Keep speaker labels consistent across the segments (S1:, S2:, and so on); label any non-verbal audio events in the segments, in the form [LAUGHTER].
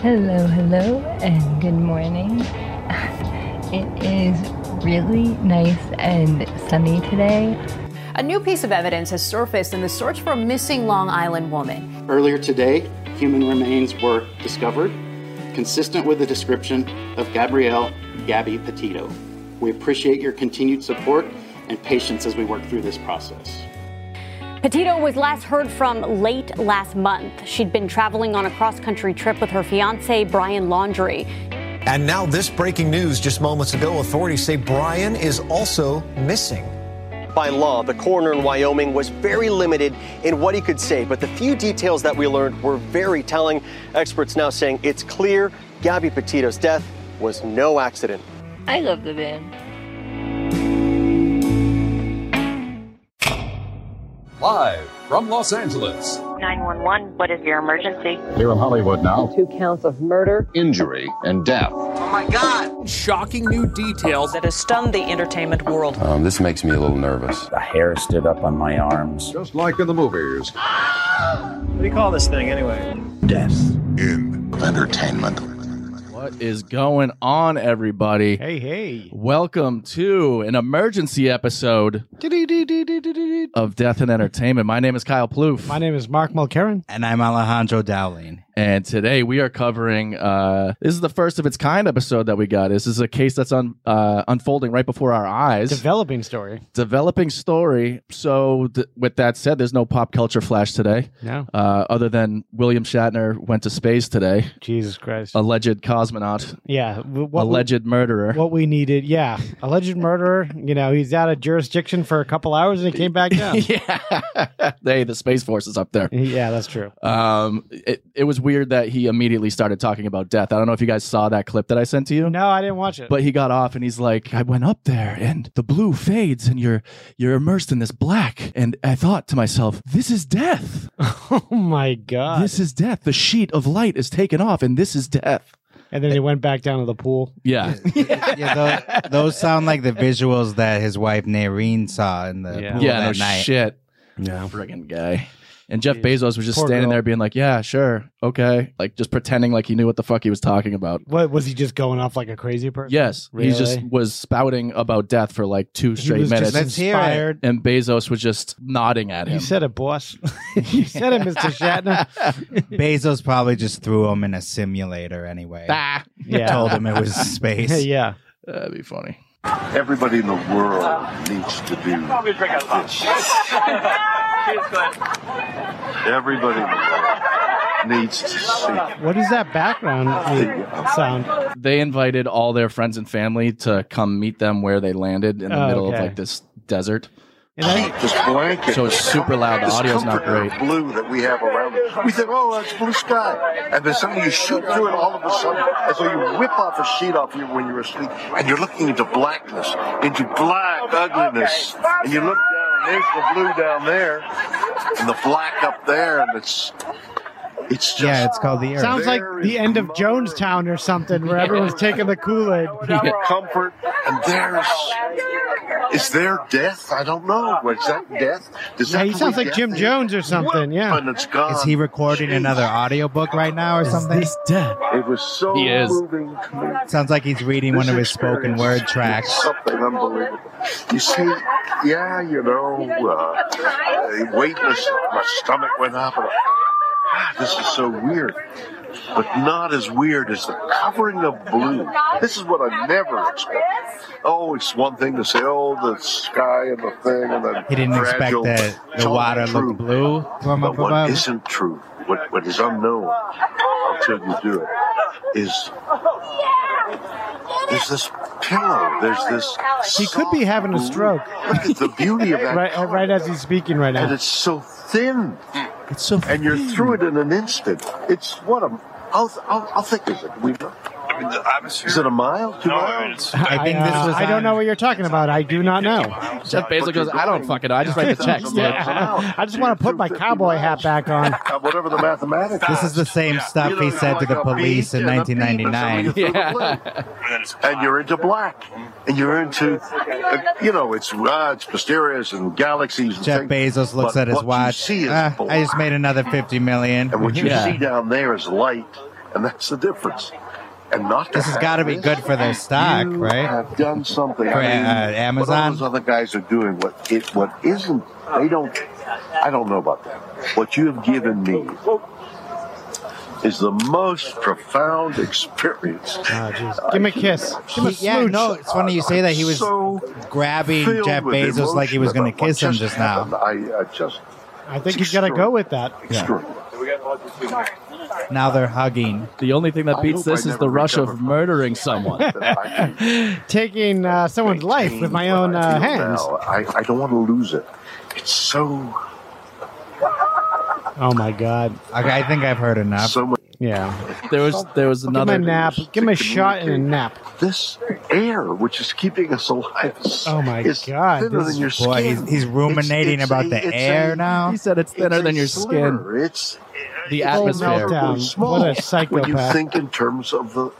S1: Hello, hello, and good morning. [LAUGHS] It is really nice and sunny today.
S2: A new piece of evidence has surfaced in the search for a missing Long Island woman.
S3: Earlier today, human remains were discovered, consistent with the description of Gabrielle Gabby Petito. We appreciate your continued support and patience as we work through this process.
S4: Petito was last heard from late last month. She'd been traveling on a cross country trip with her fiance, Brian Laundry.
S5: And now, this breaking news just moments ago authorities say Brian is also missing.
S6: By law, the coroner in Wyoming was very limited in what he could say, but the few details that we learned were very telling. Experts now saying it's clear Gabby Petito's death was no accident.
S7: I love the band.
S8: Live from Los Angeles.
S9: 911, what is your emergency?
S8: Here in Hollywood now.
S10: Two counts of murder,
S8: Injury and death.
S11: Oh my God!
S12: Shocking new details
S13: that has stunned the entertainment world.
S14: Um, this makes me a little nervous.
S15: The hair stood up on my arms.
S16: Just like in the movies.
S17: what do you call this thing anyway?
S18: Death in entertainment.
S19: What is going on, everybody?
S17: Hey, hey.
S19: Welcome to an emergency episode of Death and Entertainment. My name is Kyle Plouffe.
S20: My name is Mark Mulcairn.
S1: And I'm Alejandro Dowling.
S19: And today we are covering uh, this is the first of its kind episode that we got. This is a case that's un, uh, unfolding right before our eyes.
S20: Developing story.
S19: Developing story. So, th- with that said, there's no pop culture flash today.
S20: No.
S19: Uh, other than William Shatner went to space today.
S20: Jesus Christ.
S19: Alleged cosmonaut.
S20: Yeah.
S19: What alleged
S20: we,
S19: murderer.
S20: What we needed. Yeah. Alleged murderer. you know, he's out of jurisdiction for a couple hours and he came
S19: [LAUGHS]
S20: back down.
S19: [LAUGHS] yeah. hey, the Space Force is up there.
S20: Yeah, that's true.
S19: Um, it, it was weird that he immediately started talking about death. I don't know if you guys saw that clip that I sent to you.
S20: No, I didn't watch it.
S19: But he got off and he's like, "I went up there and the blue fades and you're you're immersed in this black." And I thought to myself, "This is death."
S20: [LAUGHS] Oh my god.
S19: This is death. The sheet of light is taken off and this is death.
S20: And then he went back down to the pool.
S19: Yeah.
S1: yeah, yeah those, those, sound like the visuals that his wife Nareen saw in
S20: [LAUGHS]
S1: the
S19: yeah.
S1: pool
S19: yeah,
S1: that
S19: no
S1: night.
S19: Shit. Yeah. Friggin' guy. And Jeff Bezos was just Poor standing girl. there being like, yeah, sure. Okay. Like just pretending like he knew what the fuck he was talking about.
S20: What was he just going off like a crazy person?
S19: Yes. Really? He just was spouting about death for like two straight minutes.
S20: Just inspired.
S19: And Bezos was just nodding at him. [LAUGHS]
S20: You said it, boss. [LAUGHS] you said it, Mr. Shatner.
S1: Bezos probably just threw him in a simulator anyway.
S19: Bah.
S1: Yeah. Told him it
S20: [LAUGHS]
S1: was space.
S20: yeah.
S19: Ah, That'd be funny.
S16: Everybody in the world needs to do Everybody in the world needs to see.
S20: What is that background uh, sound?
S19: They invited all their friends and family to come meet them where they landed in the oh, middle okay. of like this desert.
S16: this blanket.
S19: So it's super loud. The audio's not great.
S16: Blue that we have around. It. We think, oh, that's blue sky, and then suddenly you shoot through it all of a sudden, as though you whip off a sheet off you when you're asleep, and you're looking into blackness, into black ugliness, and you look down. There's the blue down there, and the black up there, and it's it's
S1: yeah, it's called the Earth.
S20: Sounds like the end of Jonestown or something, where yeah. everyone's taking the Kool
S16: [LAUGHS]
S20: Aid.
S16: Yeah. Comfort, and there's is there death? I don't know. Is that death? Does
S20: yeah,
S16: that
S20: he sounds like Jim Jones or something. Yeah,
S16: and it's gone.
S1: Is he recording Jeez. another audiobook right now or
S19: is
S1: something?
S19: He's dead.
S16: It was so
S19: he is.
S16: moving.
S1: Sounds like he's reading this one of his spoken word tracks.
S16: Something unbelievable. You see, yeah, you know, uh, weightless. My stomach went up. And, this is so weird. But not as weird as the covering of blue. This is what I never expected. Oh, it's one thing to say, oh, the sky and the thing and the
S1: He didn't expect
S16: fragile,
S1: that the water
S16: true.
S1: looked blue from
S16: But
S1: up
S16: what
S1: above.
S16: isn't true, what, what is unknown, until you do it, is there's this pillow. There's this.
S20: He could be having a
S1: [LAUGHS]
S20: stroke.
S16: Look at the beauty of that.
S20: right, right as he's speaking right now.
S16: And it's so thin.
S19: It's so.
S16: And you're
S19: thin.
S16: through it
S19: [LAUGHS]
S16: in an instant. It's what a. How, how, how thick is it? We know.
S4: I mean, the atmosphere.
S16: Is it a mile? Two
S4: no,
S16: miles?
S4: I mean, it's
S1: I think
S20: I,
S1: this
S20: uh,
S1: was.
S20: I
S1: on-
S20: don't know what you're talking about. I do not know.
S19: Jeff Bezos goes, I don't fucking know. I just write the text.
S20: Yeah. [LAUGHS] I just want to put my cowboy hat back
S19: [LAUGHS]
S20: on.
S16: Uh, Whatever the mathematics.
S1: This is the same stuff he said to the police in 1999.
S16: Yeah.
S4: And then it's
S16: and you're into black, and you're into, uh, you know, it's uh, it's mysterious and galaxies. And
S1: Jeff
S16: things,
S1: Bezos looks
S16: but
S1: at his
S16: what you
S1: watch.
S16: see is
S1: "Ah, [LAUGHS] I
S16: black.
S19: [LAUGHS]
S1: just made another 50 million.
S16: and what you
S19: Yeah.
S16: see down there is light,
S21: and that's the difference. And not to
S16: This has
S21: have
S16: got to be good for their stock,
S21: you
S16: right?
S21: Have done something.
S16: For,
S21: I mean,
S16: uh,
S21: What all
S16: Amazon?
S21: those other guys are doing, what it, what isn't, they don't. I don't know about that. What you have given me is the most profound experience.
S20: [LAUGHS] Give him a kiss.
S16: He- yeah, no, it's funny you say that. He was grabbing
S21: filled
S16: Jeff
S21: with
S16: Bezos like he was
S21: emotion
S16: going to
S21: about what
S16: kiss him
S21: just
S16: just now.
S21: happened. I, I just.
S20: I think he's got to go with that.
S16: Now they're hugging.
S19: The only thing that
S20: I
S19: beats
S20: hope I
S19: this is
S20: never
S19: the rush of murdering someone.
S20: Taking uh, someone's life with my own uh, hands.
S21: Now, I, I don't want to lose it. It's so.
S20: Oh my god.
S16: Okay, I think I've heard enough.
S21: So much.
S16: [LAUGHS]
S20: Yeah.
S19: There was [LAUGHS] there was
S20: Give him a
S19: another
S20: nap. Give him a shot and a nap.
S21: This air, which is keeping us alive, is,
S20: Oh my
S21: is
S20: God,
S21: thinner
S20: this
S21: than your
S20: is-
S21: skin.
S20: Boy, he's- he's
S21: It's-
S20: ruminating
S21: it's
S20: about
S21: a-
S20: the
S21: it's
S20: air
S21: a-
S20: now.
S19: He said it's thinner
S21: a
S19: than your skin.
S21: sliver. It's
S19: The
S21: it's
S19: atmosphere.
S21: immeasurably
S20: Meltdown.
S21: small
S20: What a
S21: When you
S20: psychopath.
S21: think in terms of the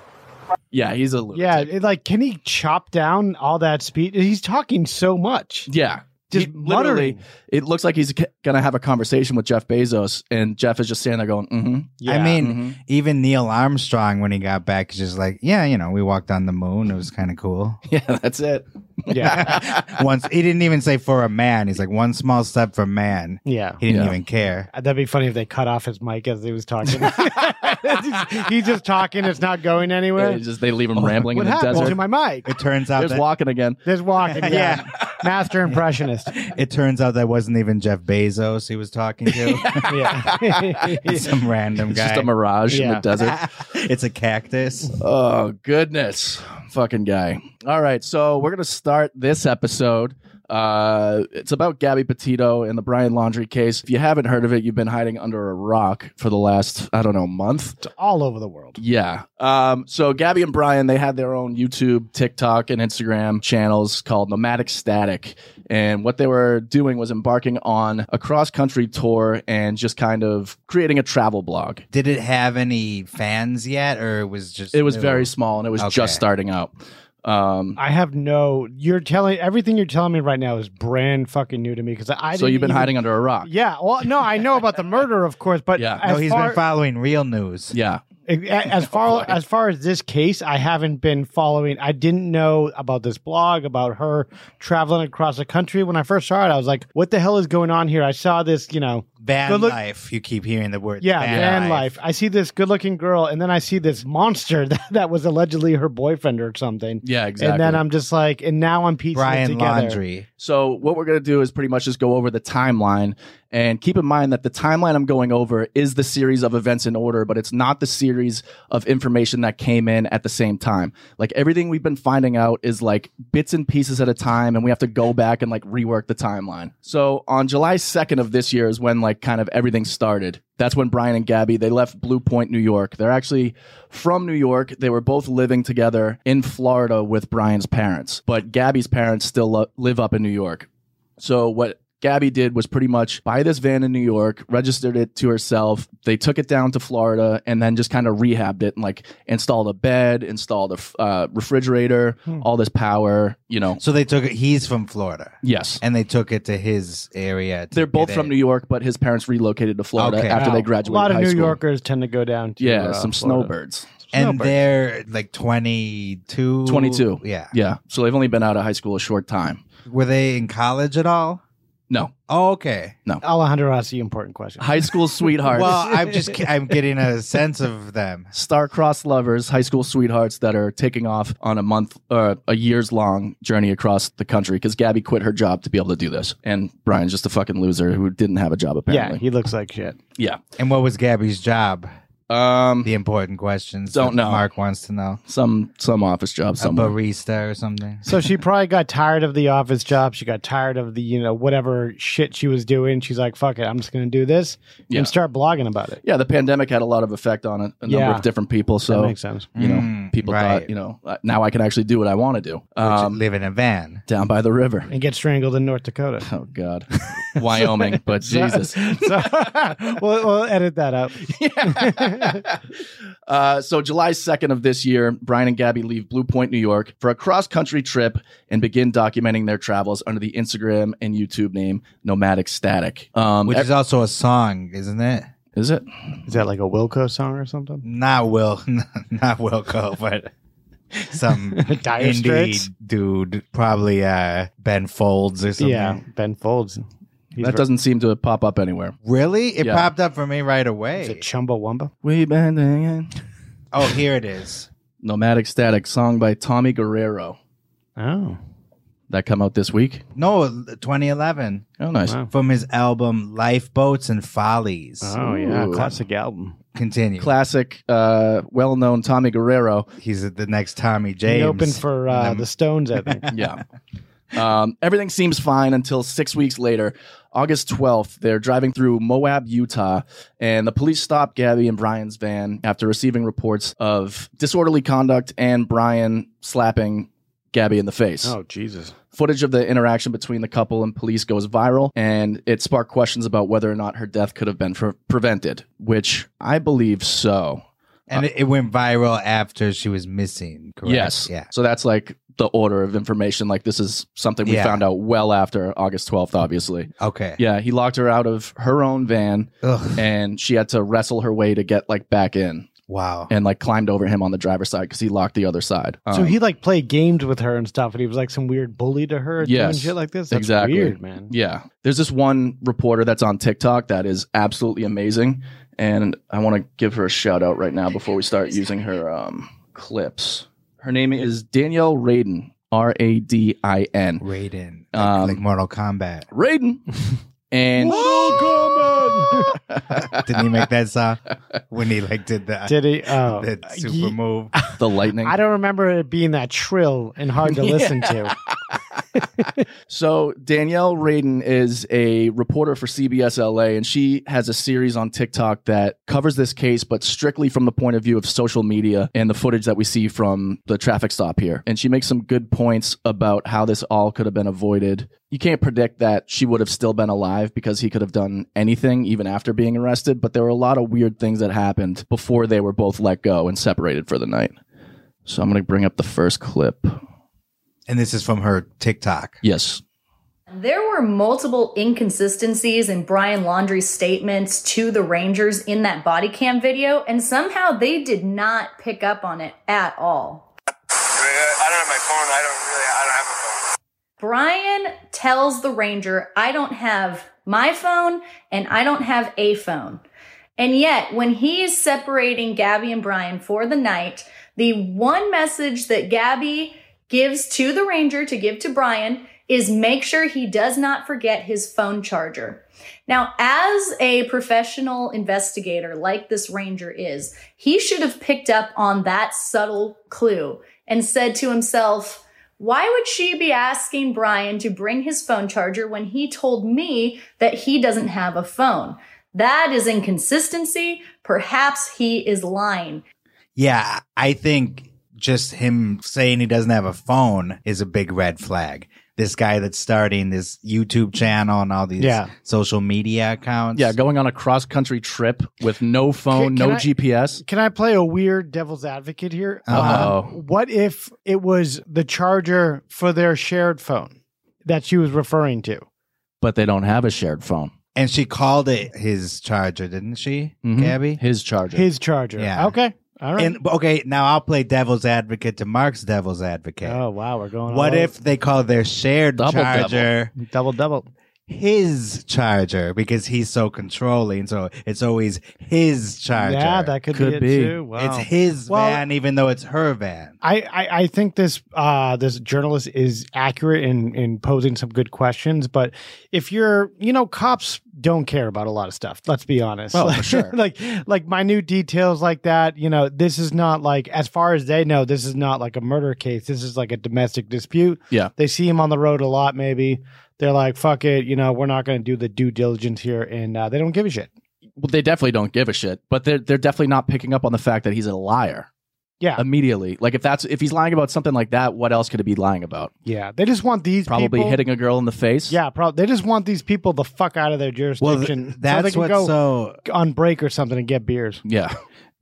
S19: Yeah, he's a loser.
S20: Yeah, it, like can he chop down all that speed? He's talking so much.
S19: Yeah.
S20: Just
S19: He literally,
S20: muttering.
S19: it looks like he's c- gonna have a conversation with Jeff Bezos, and Jeff is just standing there going, "Mm-hmm." [LAUGHS]
S16: I mean, even Neil Armstrong, when he got back, is just like, yeah, you know, we walked on the moon. It was kind of cool.
S19: yeah, that's it.
S20: [LAUGHS] Yeah.
S16: Once he didn't even say for a man. He's like one small step for man.
S20: Yeah.
S16: He didn't
S20: Yeah. Uh,
S16: even care.
S20: That'd be funny if they cut off his mic as he was talking. [LAUGHS] he's just talking; it's not going anywhere.
S19: It's just they leave him rambling
S20: what
S19: in the
S20: happened
S19: desert.
S20: to my mic?
S16: It turns out
S19: There's
S16: that
S19: walking again.
S20: There's
S19: [LAUGHS]
S20: walking. Yeah,
S16: Yeah.
S20: master impressionist.
S16: [LAUGHS] it turns out that wasn't even Jeff Bezos he was talking
S19: [LAUGHS]
S16: to.
S20: yeah,
S16: [LAUGHS] Some random
S19: It's
S16: guy.
S19: just a mirage in
S20: Yeah.
S19: the desert.
S16: [LAUGHS] it's a cactus.
S19: Oh goodness, fucking guy! All right, so we're gonna start this episode. Uh, it's about Gabby Petito and the Brian Laundry case. If you haven't heard of it, you've been hiding under a rock for the last I don't know month.
S20: all over the world.
S19: Yeah. Um, so Gabby and Brian, they had their own YouTube, TikTok, and Instagram channels called Nomadic Static. And what they were doing was embarking on a cross country tour and just kind of creating a travel blog.
S16: Did it have any fans yet, or it was just?
S19: It was
S16: new?
S19: very small and it was just
S16: Okay.
S19: starting out. Um,
S20: I have no. You're telling everything you're telling me right now is brand fucking new to me because I.
S19: so
S20: didn't
S19: you've been
S20: even-
S19: hiding under a rock.
S20: Yeah. Well, no, I know about the murder, of course, but
S19: Yeah.
S16: No,
S20: as
S16: he's
S20: far,
S16: been following real news.
S19: Yeah. [LAUGHS]
S20: as far as far as this case, I haven't been following. I didn't know about this blog about her traveling across the country. When I first saw it, I was like, "What the hell is going on here?" I saw this, you know,
S16: Van
S20: good look-
S16: life. You keep hearing the word.
S20: Yeah, van, life. I see this good-looking girl, and then I see this monster [LAUGHS] that, that was allegedly her boyfriend or something.
S19: Yeah,
S20: And
S19: exactly.
S20: then I'm just like, and now I'm piecing it
S16: Brian
S20: together.
S16: Laundry.
S19: So what we're going to do is pretty much just go over the timeline and keep in mind that the timeline I'm going over is the series of events in order, but it's not the series of information that came in at the same time. Like everything we've been finding out is like bits and pieces at a time and we have to go back and like rework the timeline. So on July 2nd of this year is when like kind of everything started. That's when Brian and Gabby they left Blue Point, New York. They're actually from New York. They were both living together in Florida with Brian's parents, but Gabby's parents still lo- live up in New York. So what Gabby did was pretty much buy this van in New York, registered it to herself. They took it down to Florida and then just kind of rehabbed it and like installed a bed, installed a f- uh, refrigerator, all this power, you know.
S16: So they took it. He's from Florida,
S19: Yes.
S16: and they took it to his area. to
S19: They're both
S16: get
S19: from
S16: it.
S19: New York, but his parents relocated to Florida
S16: Okay.
S19: after
S20: Wow.
S19: they graduated
S20: A lot of
S19: high
S20: New
S19: school.
S20: Yorkers tend to go down to
S19: yeah,
S20: uh,
S19: some
S20: Florida.
S19: snowbirds.
S16: and
S20: Snowbird.
S16: they're like 22
S19: 22.
S16: yeah
S19: Yeah. So they've only been out of high school a short time.
S16: were they in college at all
S19: No.
S16: oh, okay
S20: Alejandro asked the important question.
S19: High
S20: [LAUGHS]
S19: school sweethearts.
S16: well i'm just ki- i'm getting a sense of them
S19: star-crossed lovers, high school sweethearts that are taking off on a month or a year's long journey across the country because Gabby quit her job to be able to do this. And Brian's just a fucking loser who didn't have a job
S20: Yeah,
S19: [LAUGHS] apparently.
S20: he looks like shit.
S19: Yeah.
S16: and what was gabby's job
S19: Um
S16: the important questions
S19: Don't
S16: that
S19: know.
S16: mark wants to know
S19: some some office job
S16: a
S19: somewhere.
S16: barista or something
S20: So [LAUGHS] she probably got tired of the office job. She got tired of the, you know, whatever shit she was doing. She's like, fuck it, I'm just going to do this
S19: Yeah.
S20: and start blogging about it.
S19: Yeah, the pandemic had a lot of effect on a, a number
S20: Yeah.
S19: of different people. So
S20: that makes sense.
S19: you know,
S16: Mm,
S19: people
S16: right.
S19: thought, you know, uh, now I can actually do what I want to do. Um,
S16: live in a van
S19: down by the [LAUGHS] river.
S20: And get strangled in North Dakota.
S19: Oh God, [LAUGHS] Wyoming, but [LAUGHS] Jesus.
S20: So [LAUGHS] we'll, we'll edit that out.
S19: Uh, so July 2nd of this year, Brian and Gabby leave Blue Point, New York for a cross country trip and begin documenting their travels under the Instagram and YouTube name Nomadic Static. Um,
S16: which
S19: e-
S16: is also a song isn't it
S19: Is it?
S20: Is that like a Wilco song or something?
S16: Not Will, [LAUGHS] not Wilco, but
S20: [LAUGHS]
S16: some
S20: Dire
S16: indie
S20: Straits?
S16: dude, probably uh, Ben Folds or something.
S20: Yeah, Ben Folds. He's
S19: that
S20: ver-
S19: doesn't seem to pop up anywhere.
S16: Really? It
S19: Yeah.
S16: popped up for me right away.
S20: Is it Chumbawamba?
S19: We been hanging.
S16: Oh, here it is.
S19: Nomadic Static, song by Tommy Guerrero.
S20: Oh.
S19: That come out this week.
S16: No, 2011.
S19: Oh, nice. Wow.
S16: From his album Lifeboats and Follies.
S20: Oh yeah,
S19: Ooh.
S20: classic album.
S16: Continue.
S19: Classic, uh, well-known Tommy Guerrero.
S16: He's the next Tommy
S20: He
S16: James.
S20: opened for uh, the Stones, I think.
S19: yeah. [LAUGHS] Um, everything seems fine until six weeks later, August 12th. They're driving through Moab, Utah, and the police stop Gabby and Brian's van after receiving reports of disorderly conduct and Brian slapping Gabby in the face.
S20: [LAUGHS] oh Jesus.
S19: Footage of the interaction between the couple and police goes viral, and it sparked questions about whether or not her death could have been pre- prevented, which I believe so.
S16: and it, it went viral after she was missing, correct?
S19: Yes.
S16: Yeah.
S19: So that's like the order of information. Like this is something we
S16: Yeah.
S19: found out well after August 12th, obviously.
S16: Okay.
S19: Yeah, he locked her out of her own van
S16: Ugh.
S19: and she had to wrestle her way to get like back in
S16: Wow.
S19: and like climbed over him on the driver's side because he locked the other side.
S20: So
S19: Um,
S20: he like played games with her and stuff, and he was like some weird bully to her, doing
S19: Yes,
S20: shit like this. That's
S19: exactly.
S20: weird, man.
S19: Yeah. There's this one reporter that's on TikTok that is absolutely amazing. And I want to give her a shout out right now before we start using her um, clips. Her name is Danielle Radin, R A D I N.
S16: Raiden. Like,
S19: Um,
S16: like Mortal Kombat.
S19: Radin. And
S16: Didn't he make that [LAUGHS] song when he like did the [LAUGHS]
S20: Did he? Oh,
S16: that super
S20: Ye-
S16: move?
S19: the lightning.
S20: I don't remember it being that shrill and hard to
S16: [LAUGHS]
S20: listen to.
S19: So Danielle Radin is a reporter for CBS LA, and she has a series on TikTok that covers this case, but strictly from the point of view of social media and the footage that we see from the traffic stop here. And she makes some good points about how this all could have been avoided. You can't predict that she would have still been alive because he could have done anything even after being arrested, but there were a lot of weird things that happened before they were both let go and separated for the night. So I'm going to bring up the first clip.
S16: And this is from her TikTok.
S19: Yes.
S1: There were multiple inconsistencies in Brian Laundrie's statements to the Rangers in that body cam video, and somehow they did not pick up on it at all.
S11: I don't have my phone. I don't really. I don't have a phone.
S1: Brian tells the Ranger, I don't have my phone and I don't have a phone. And yet, when he is separating Gabby and Brian for the night, the one message that Gabby gives to the ranger to give to Brian is make sure he does not forget his phone charger. Now, as a professional investigator like this ranger is, he should have picked up on that subtle clue and said to himself, why would she be asking Brian to bring his phone charger when he told me that he doesn't have a phone? That is inconsistency. Perhaps he is lying.
S16: Yeah, I think just him saying he doesn't have a phone is a big red flag. This guy that's starting this YouTube channel and all these
S20: Yeah.
S16: social media accounts.
S19: Yeah, going on a cross country trip with no phone,
S20: Can- can
S19: no
S20: I-
S19: GPS.
S20: Can I play a weird devil's advocate here?
S16: Uh-huh.
S19: Uh-oh.
S20: Um, what if it was the charger for their shared phone that she was referring to?
S19: But they don't have a shared phone.
S16: And she called it his charger, didn't she, Gabby?
S19: Mm-hmm. His charger.
S20: His charger.
S16: Yeah.
S20: Okay. All right.
S16: And okay, now I'll play devil's advocate to Mark's devil's advocate.
S20: oh wow, we're going.
S16: what
S20: all
S16: if they call their shared
S19: Double devil.
S16: charger
S20: over. double double?
S16: his charger because he's so controlling? So it's always his charger.
S20: Yeah, that could,
S19: Could
S20: be, it
S19: be.
S20: too. Wow.
S16: It's his
S20: Well-
S16: van, even though it's her van.
S20: I, I, I think this uh, this journalist is accurate in, in posing some good questions, but if you're you know cops don't care about a lot of stuff. Let's be honest.
S19: Well,
S20: [LAUGHS] like,
S19: for sure.
S20: like like minute details like that. You know, this is not like as far as they know, this is not like a murder case. This is like a domestic dispute.
S19: Yeah.
S20: they see him on the road a lot. Maybe they're like, fuck it. You know, we're not going to do the due diligence here, and uh, they don't give a shit.
S19: Well, they definitely don't give a shit, but they're they're definitely not picking up on the fact that he's a liar
S20: Yeah,
S19: immediately. Like if that's if he's lying about something like that, what else could he be lying about?
S20: yeah. They just want these
S19: Probably
S20: people-
S19: hitting a girl in the face.
S20: Yeah, probably. They just want these people the fuck out of their
S16: Well,
S20: jurisdiction.
S16: th-
S20: so they
S16: that's
S20: can
S16: what's
S20: go
S1: Oh,
S16: so.
S20: on break or something and get beers.
S19: Yeah.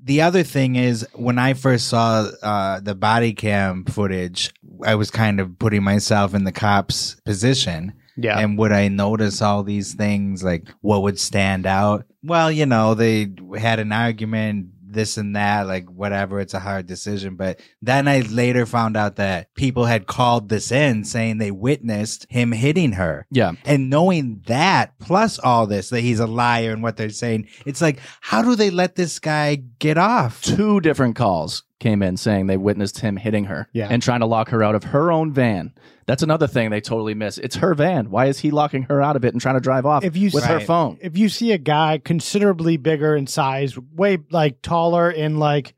S16: The other thing is, when I first saw uh, the body cam footage, I was kind of putting myself in the cop's position Yeah. And would I notice all these things? Like, what would stand out? Well, you know, they had an argument, this and that, like whatever. It's a hard decision. But then I later found out that people had called this in saying they witnessed him hitting her.
S19: Yeah.
S16: And knowing that, plus all this, that he's a liar and what they're saying, it's like, how do they let this guy get off?
S19: Two different calls came in saying they witnessed him hitting her
S16: Yeah.
S19: and trying to lock her out of her own van. That's another thing they totally miss. It's her van. Why is he locking her out of it and trying to drive off
S20: if you
S19: with her
S20: see-
S16: Oh.
S19: phone?
S20: If you see a guy considerably bigger in size, way like taller and like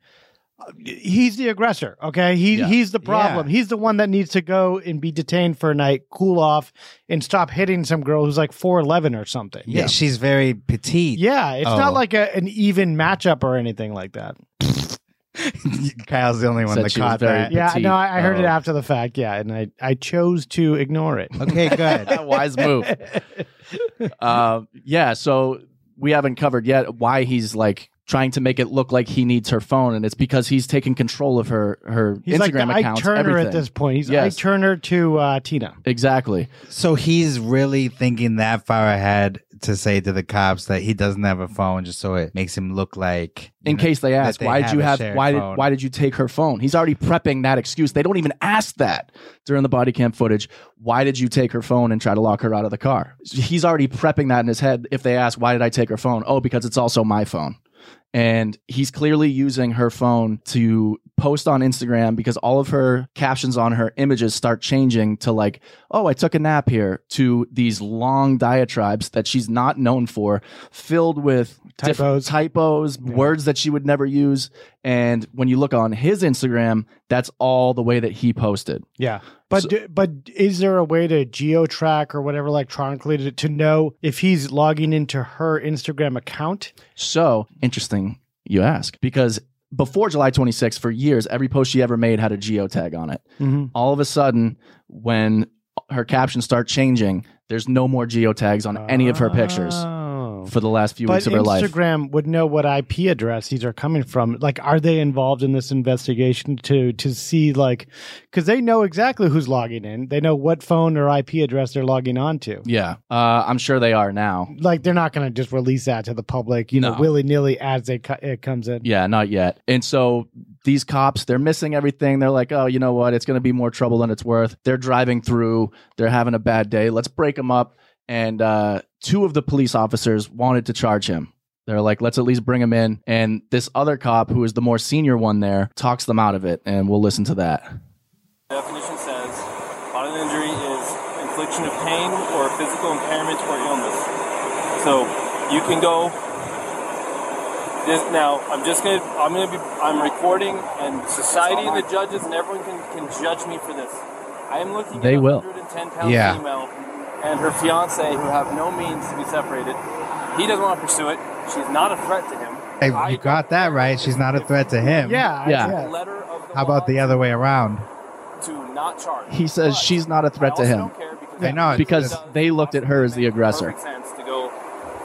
S20: he's the aggressor, okay? He
S19: Yeah.
S20: he's the problem.
S19: Yeah.
S20: He's the one that needs to go and be detained for a night, cool off and stop hitting some girl who's like 4'11 or something.
S16: Yeah, she's very petite.
S20: Yeah, it's
S16: Oh.
S20: not like a, an even matchup or anything like that.
S16: Kyle's the only one that caught that.
S20: Yeah, no, I, I
S19: Oh.
S20: heard
S16: Oh.
S20: it after the fact. Yeah, and I, I chose to ignore it.
S16: Okay, good.
S19: Wise move.
S20: [LAUGHS]
S19: Um, yeah, so we haven't covered yet why he's like trying to make it look like he needs her phone, and it's because he's taking control of her her
S20: He's like
S19: Instagram
S20: the Ike
S19: account.
S20: Turner at this point. He's
S19: yes,
S20: Ike Turner to uh, Tina.
S19: exactly.
S16: So he's really thinking that far ahead to say to the cops that he doesn't have a phone, just so it makes him look like. you
S19: In
S16: know,
S19: case they
S16: that
S19: ask, why did you
S16: a
S19: have
S16: shared
S19: why did
S16: phone.
S19: why did you take her phone? He's already prepping that excuse. They don't even ask that during the body cam footage. Why did you take her phone and try to lock her out of the car? He's already prepping that in his head. If they ask, why did I take her phone? Oh, because it's also my phone. And he's clearly using her phone to post on Instagram because all of her captions on her images start changing to like, oh, I took a nap here, to these long diatribes that she's not known for, filled with diff-
S20: Typos.
S19: typos words that she would never use. And when you look on his Instagram, that's all the way that he posted.
S20: Yeah, but d- but is there a way to geo track or whatever electronically to, to know if he's logging into her Instagram account?
S19: So interesting you ask, because before July 26th, for years, every post she ever made had a geotag on it.
S20: Mhm.
S19: All of a sudden, when her captions start changing, there's no more geotags on any of her pictures for the last few
S20: Oh. but
S19: weeks of her life.
S20: Instagram would know what IP address these are coming from. Like, are they involved in this investigation to to see like because they know exactly who's logging in. They know what phone or IP address they're logging on to.
S19: Yeah, uh, I'm sure they are now.
S20: Like, they're not going to just release that to the public, you know,
S19: No.
S20: willy nilly as they co- it comes in.
S19: Yeah, not yet. And so these cops, they're missing everything. They're like, oh, you know what? It's going to be more trouble than it's worth. They're driving through. They're having a bad day. Let's break them up. And uh, two of the police officers wanted to charge him. They're like, let's at least bring him in. And this other cop, who is the more senior one there, talks them out of it. And we'll listen to that.
S6: Definition says bodily injury is infliction of pain or physical impairment or illness. So you can go. This, now I'm just gonna I'm gonna be I'm recording and society and the judges and everyone can, can judge me for this. I am looking
S19: They
S6: at
S19: will.
S6: a 110 pound
S19: Yeah.
S6: female and her fiance who have no means to be separated. He doesn't want to pursue it. She's not a threat to him.
S16: Hey, you got that right. She's not a threat to him.
S6: Yeah, Yeah. yeah. Letter
S16: How about the other way around?
S6: To not charge.
S19: He says she's not a threat to him
S16: I know, it's-
S19: because
S16: it's-
S19: they looked at her as the aggressor.
S6: Perfect sense to go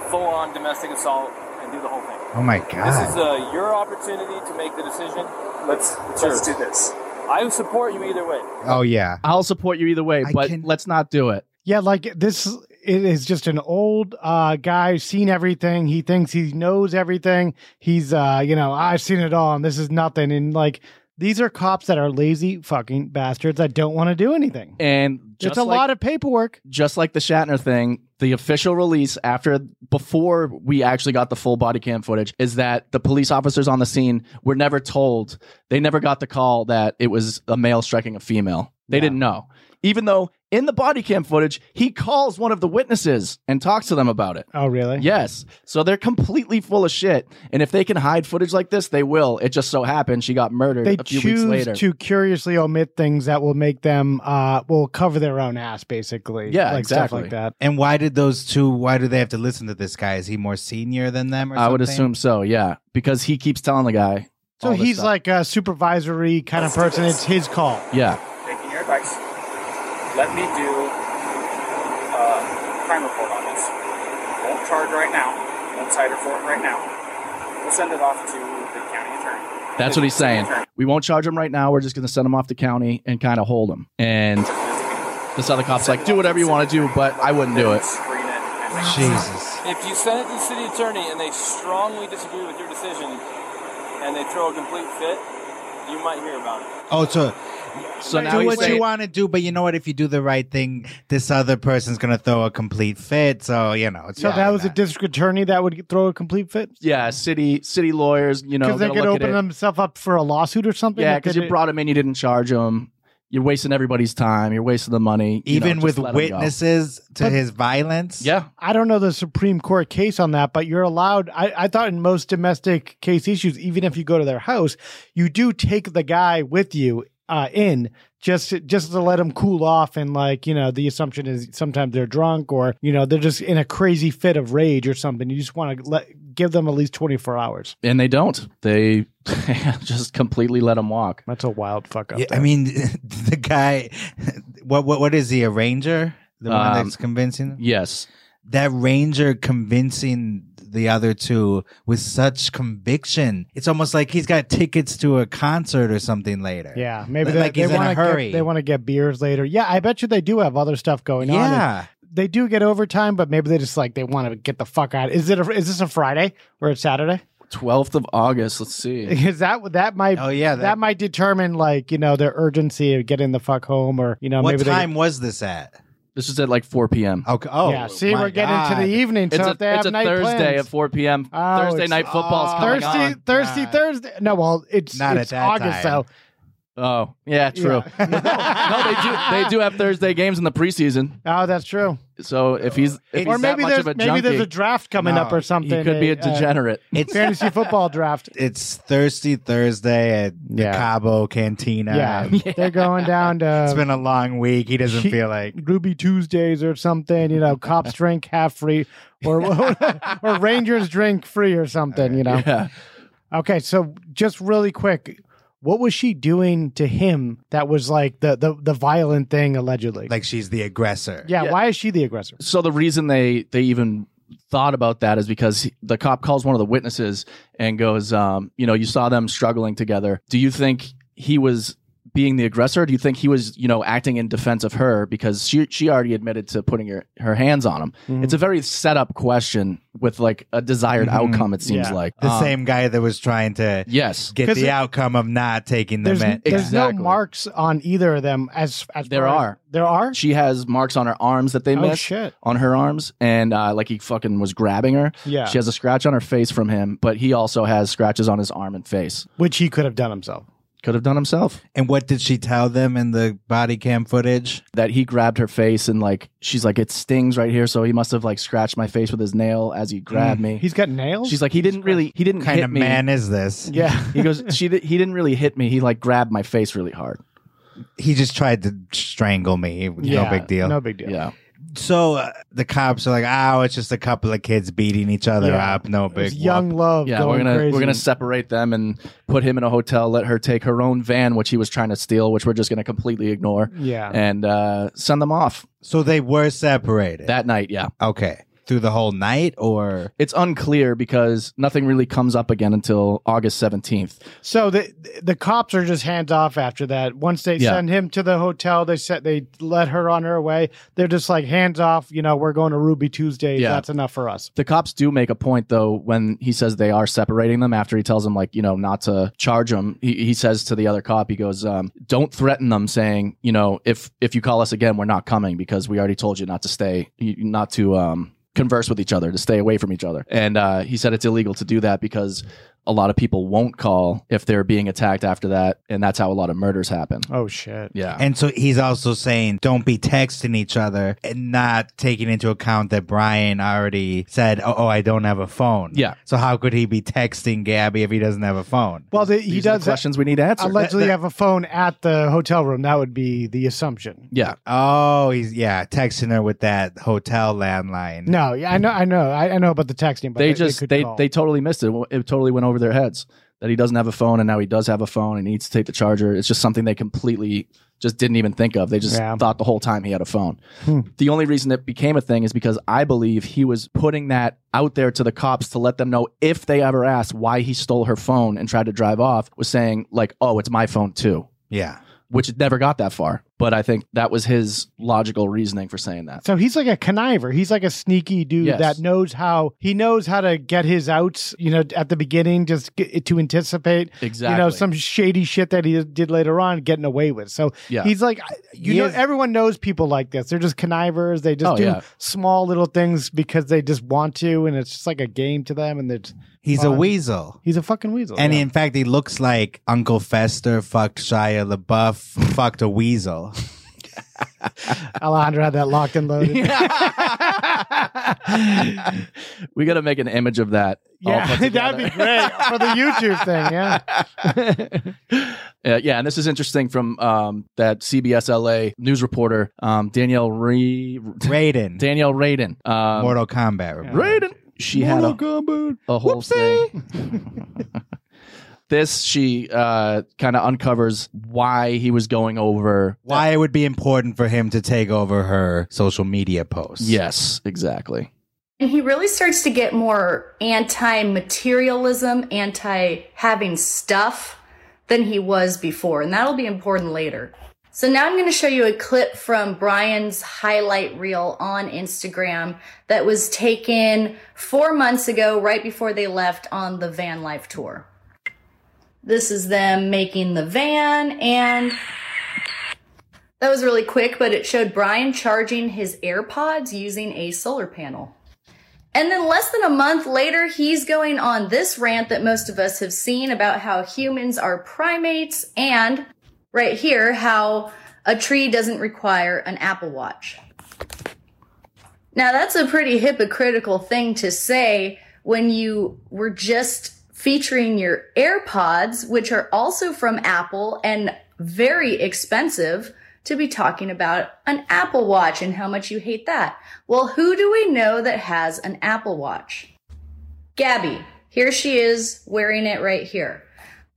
S6: full on domestic assault and do the whole thing.
S16: Oh my
S6: This
S16: god.
S6: is uh, your opportunity to make the decision. Let's let's do this. I support you either way.
S16: Oh yeah.
S19: I'll support you either way, but let's not do it.
S20: Yeah, like this it is just an old uh, guy who's seen everything. He thinks he knows everything. He's uh, you know, I've seen it all and this is nothing. And like these are cops that are lazy fucking bastards that don't want to do anything.
S19: And just
S20: it's a
S19: like-
S20: lot of paperwork.
S19: just like the Shatner thing, the official release after before we actually got the full body cam footage is that the police officers on the scene were never told. They never got the call that it was a male striking a female. They didn't know. Even though in the body cam footage, he calls one of the witnesses and talks to them about it.
S20: Oh, really?
S19: Yes. So they're completely full of shit. And if they can hide footage like this, they will. It just so happened she got murdered
S20: They
S19: a few weeks
S20: choose
S19: later.
S20: to curiously omit things that will make them uh will cover their own ass basically. like stuff like that.
S16: And why did those two? Why do they have to listen to this guy? Is he more senior than them? Or
S19: I would
S16: something?
S19: assume so, yeah. Because he keeps telling the guy.
S20: So
S19: all this
S20: he's
S19: stuff.
S20: like a supervisory kind of person. It's his call.
S19: Yeah.
S6: Taking your advice, let me do a crime report on this. Won't charge right now. Won't cite her for it right now. We'll send it off to the county attorney.
S19: That's what he's saying. We won't charge him right now. We're just going to send him off to county and kind of hold him. And This other cop's like, do whatever you want to do, but I wouldn't do it. Jesus.
S6: If you send it to the city attorney and they strongly disagree with your decision and they throw a complete fit, you might hear about it.
S16: Oh, so
S19: So now
S16: do
S19: he's
S16: what
S19: saying-
S16: you want to do, but you know what? If you do the right thing, this other person's gonna throw a complete fit. So you know, it's
S20: So
S16: fine.
S20: that was a district attorney that would throw a complete fit
S19: Yeah, city city lawyers, you know,
S20: because they
S19: gonna
S20: could
S19: look at
S20: open
S19: it.
S20: themselves up for a lawsuit or something.
S19: Yeah,
S20: if
S19: because
S20: they
S19: you
S20: did-
S19: brought him in, you didn't charge him. You're wasting everybody's time. You're wasting the money. you know,
S16: even
S19: just
S16: with
S19: let him go.
S16: witnesses to
S20: But-
S16: his violence.
S19: Yeah,
S20: I don't know the Supreme Court case on that, but you're allowed. I, I thought in most domestic case issues, even if you go to their house, you do take the guy with you uh, in just to- just to let him cool off. And like you know, the assumption is sometimes they're drunk or you know they're just in a crazy fit of rage or something. You just want to let give them at least twenty four hours.
S19: and they don't. They [LAUGHS] just completely let him walk.
S20: That's a wild fuck up.
S16: Yeah, I mean, the guy. What what what is he? A ranger? The one
S19: Um,
S16: that's convincing. Them?
S19: Yes.
S16: That ranger convincing the other two with such conviction. It's almost like he's got tickets to a concert or something later.
S20: Yeah, maybe
S16: Like
S20: they,
S16: he's
S20: they
S16: in a
S20: want to
S16: hurry.
S20: Get, they want to get beers later. Yeah, I bet you they do have other stuff going on. and
S16: Yeah.
S20: they do get overtime, but maybe they just like they want to get the fuck out. Is it? A, is this a Friday or a Saturday? [LAUGHS]
S19: Twelfth of August. Let's see.
S20: Because that that might oh yeah that, might determine like you know their urgency of getting the fuck home or you know
S16: what
S20: maybe
S16: time was this at?
S19: This is at like 4 p.m.
S16: Okay. Oh,
S20: yeah. See,
S16: my
S20: we're getting to
S16: God.
S20: the evening,
S19: It's
S20: so
S19: a,
S20: if they have
S19: it's a
S20: night
S19: Thursday
S20: plans,
S19: at 4 p.m.
S20: Oh,
S19: Thursday
S20: it's-
S19: night football's coming
S20: Thursday,
S19: on.
S20: Thursday, Thursday. No, well, it's
S19: Not at
S20: it's
S19: that
S20: August
S19: time.
S20: so
S19: Oh, yeah, true.
S20: [LAUGHS]
S19: [LAUGHS] no, they do. They do have Thursday games in the preseason.
S20: Oh, that's true.
S19: So if he's if
S20: or
S19: he's that
S20: maybe
S19: much
S20: there's
S19: of a
S20: maybe
S19: junkie,
S20: there's a draft coming
S19: No,
S20: up or something.
S19: He could be a
S20: uh,
S19: degenerate.
S16: It's-
S19: [LAUGHS]
S20: fantasy football draft.
S16: It's Thirsty Thursday at the Cabo Cantina.
S20: Yeah, they're
S19: [LAUGHS]
S20: going down to.
S16: It's been a long week. He doesn't
S20: She-
S16: feel like
S20: Ruby Tuesdays or something, you know,
S19: [LAUGHS]
S20: cops drink half free or [LAUGHS] or Rangers drink free or something, you know.
S19: Yeah.
S20: Okay, so just really quick, what was she doing to him that was like the the, the violent thing allegedly?
S16: like she's the aggressor.
S20: yeah, why is she the aggressor?
S19: So the reason they they even thought about that is because he- the cop calls one of the witnesses and goes, um, you know, you saw them struggling together. Do you think he was being the aggressor? Do you think he was, you know, acting in defense of her because she she already admitted to putting her, her hands on him?
S16: Mhm.
S19: It's a very set up question with like a desired
S16: Mhm.
S19: outcome. It seems
S16: Yeah.
S19: like
S16: the
S19: Um,
S16: same guy that was trying to
S19: yes
S16: get
S20: 'Cause
S16: the
S20: it-
S16: outcome of not taking the
S20: There's,
S16: men.
S20: there's no marks on either of them as as
S19: There
S20: far as-
S19: are.
S20: There are.
S19: She has marks on her arms that they
S20: Oh,
S19: missed.
S20: shit.
S19: On her arms, and uh, like he fucking was grabbing her.
S20: Yeah.
S19: She has a scratch on her face from him, but he also has scratches on his arm and face.
S20: which he could have done himself.
S19: Could have done himself.
S16: And what did she tell them in the body cam footage?
S19: That he grabbed her face and like she's like it stings right here, so he must have like scratched my face with his nail as he grabbed
S16: Mm.
S19: me.
S20: He's got nails.
S19: She's like he didn't really he didn't
S16: What kind
S19: hit
S16: of
S19: me.
S16: man is this?
S19: [LAUGHS]
S20: Yeah.
S19: he goes she di- he didn't really hit me. He like grabbed my face really hard.
S16: He just tried to strangle me. no big deal.
S20: No big deal.
S19: Yeah.
S16: So uh, the cops are like, "Oh, it's just a couple of kids beating each other
S19: Yeah.
S16: up. No big
S20: Young love.
S19: Yeah,
S20: going
S19: we're gonna
S20: crazy.
S19: we're gonna separate them and put him in a hotel. Let her take her own van, which he was trying to steal, which we're just gonna completely ignore.
S20: Yeah.
S19: and uh, send them off
S16: So they were separated
S19: that night. Yeah,
S16: Okay, through the whole night, or
S19: it's unclear because nothing really comes up again until August seventeenth.
S20: So the the cops are just hands off after that. Once they
S19: Yeah.
S20: send him to the hotel, they set they let her on her way. They're just like hands off. You know, we're going to Ruby Tuesdays.
S19: Yeah.
S20: That's enough for us.
S19: The cops do make a point though when he says they are separating them after he tells them like you know not to charge them. He, he says to the other cop, he goes, um, "Don't threaten them, saying you know if if you call us again, we're not coming because we already told you not to stay, you- not to um, converse with each other, to stay away from each other." And uh, he said it's illegal to do that because a lot of people won't call if they're being attacked after that, and that's how a lot of murders happen.
S20: Oh shit.
S19: Yeah.
S16: And so he's also saying, don't be texting each other and not taking into account that Brian already said, oh, oh, I don't have a phone.
S19: Yeah.
S16: So how could he be texting Gabby if he doesn't have a phone?
S20: Well, the, he
S19: These are the
S20: does
S19: questions we need answered.
S20: allegedly
S19: That-
S20: uh,
S19: that-
S20: have a phone at the hotel room. That would be the assumption.
S19: yeah.
S16: Oh, he's, yeah, texting her with that hotel landline.
S20: No, yeah, I know, I know, I, I know about the texting, but
S19: they just
S20: could
S19: they,
S20: call.
S19: they totally missed it. It totally went over their heads that he doesn't have a phone and now he does have a phone and he needs to take the charger. It's just something they completely just didn't even think of. They just
S20: Yeah.
S19: thought the whole time he had a phone.
S20: Hmm.
S19: The only reason it became a thing is because I believe he was putting that out there to the cops to let them know if they ever asked why he stole her phone and tried to drive off was saying like, "Oh, it's my phone too,"
S16: Yeah.
S19: which it never got that far. But I think that was his logical reasoning for saying that. [LAUGHS]
S20: So he's like a conniver. He's like a sneaky dude
S19: Yes.
S20: that knows how he knows how to get his outs. You know, at the beginning, just get, to anticipate You know,
S19: Exactly.
S20: some shady shit that he did later on, getting away with. So
S19: Yeah.
S20: he's like, you
S19: He
S20: know,
S19: is-
S20: everyone knows people like this. They're just connivers. They just
S19: Oh,
S20: do
S19: yeah.
S20: small little things because they just want to, and it's just like a game to them. And it's
S16: He's a
S20: fun.
S16: weasel.
S20: He's a fucking weasel.
S16: And
S20: yeah.
S16: in fact, he looks like Uncle Fester fucked Shia LaBeouf, fucked a
S20: [LAUGHS]
S16: weasel.
S20: Alejandro had that locked
S19: [LAUGHS]
S20: and loaded.
S19: We got to make an image of that. all
S20: Yeah,
S19: put
S20: [LAUGHS] that'd be great for the YouTube thing. Yeah,
S19: [LAUGHS] Uh, yeah, and this is interesting from um, that CBS LA news reporter um, Danielle Re-
S16: Raiden.
S19: Danielle Raiden. Um,
S16: Mortal Kombat.
S19: Raiden. She had a, a whole thing. this she uh, kind of uncovers why he was going over.
S16: Why it would be important for him to take over her social media posts.
S19: Yes, exactly.
S1: And he really starts to get more anti materialism, anti having stuff than he was before. And that'll be important later. So now I'm going to show you a clip from Brian's highlight reel on Instagram that was taken four months ago, right before they left on the van life tour. This is them making the van and that was really quick, but it showed Brian charging his AirPods using a solar panel. And then less than a month later, he's going on this rant that most of us have seen about how humans are primates and right here, how a tree doesn't require an Apple Watch. Now, that's a pretty hypocritical thing to say when you were just featuring your AirPods, which are also from Apple and very expensive, to be talking about an Apple Watch and how much you hate that. Well, who do we know that has an Apple Watch? Gabby. Here she is wearing it right here.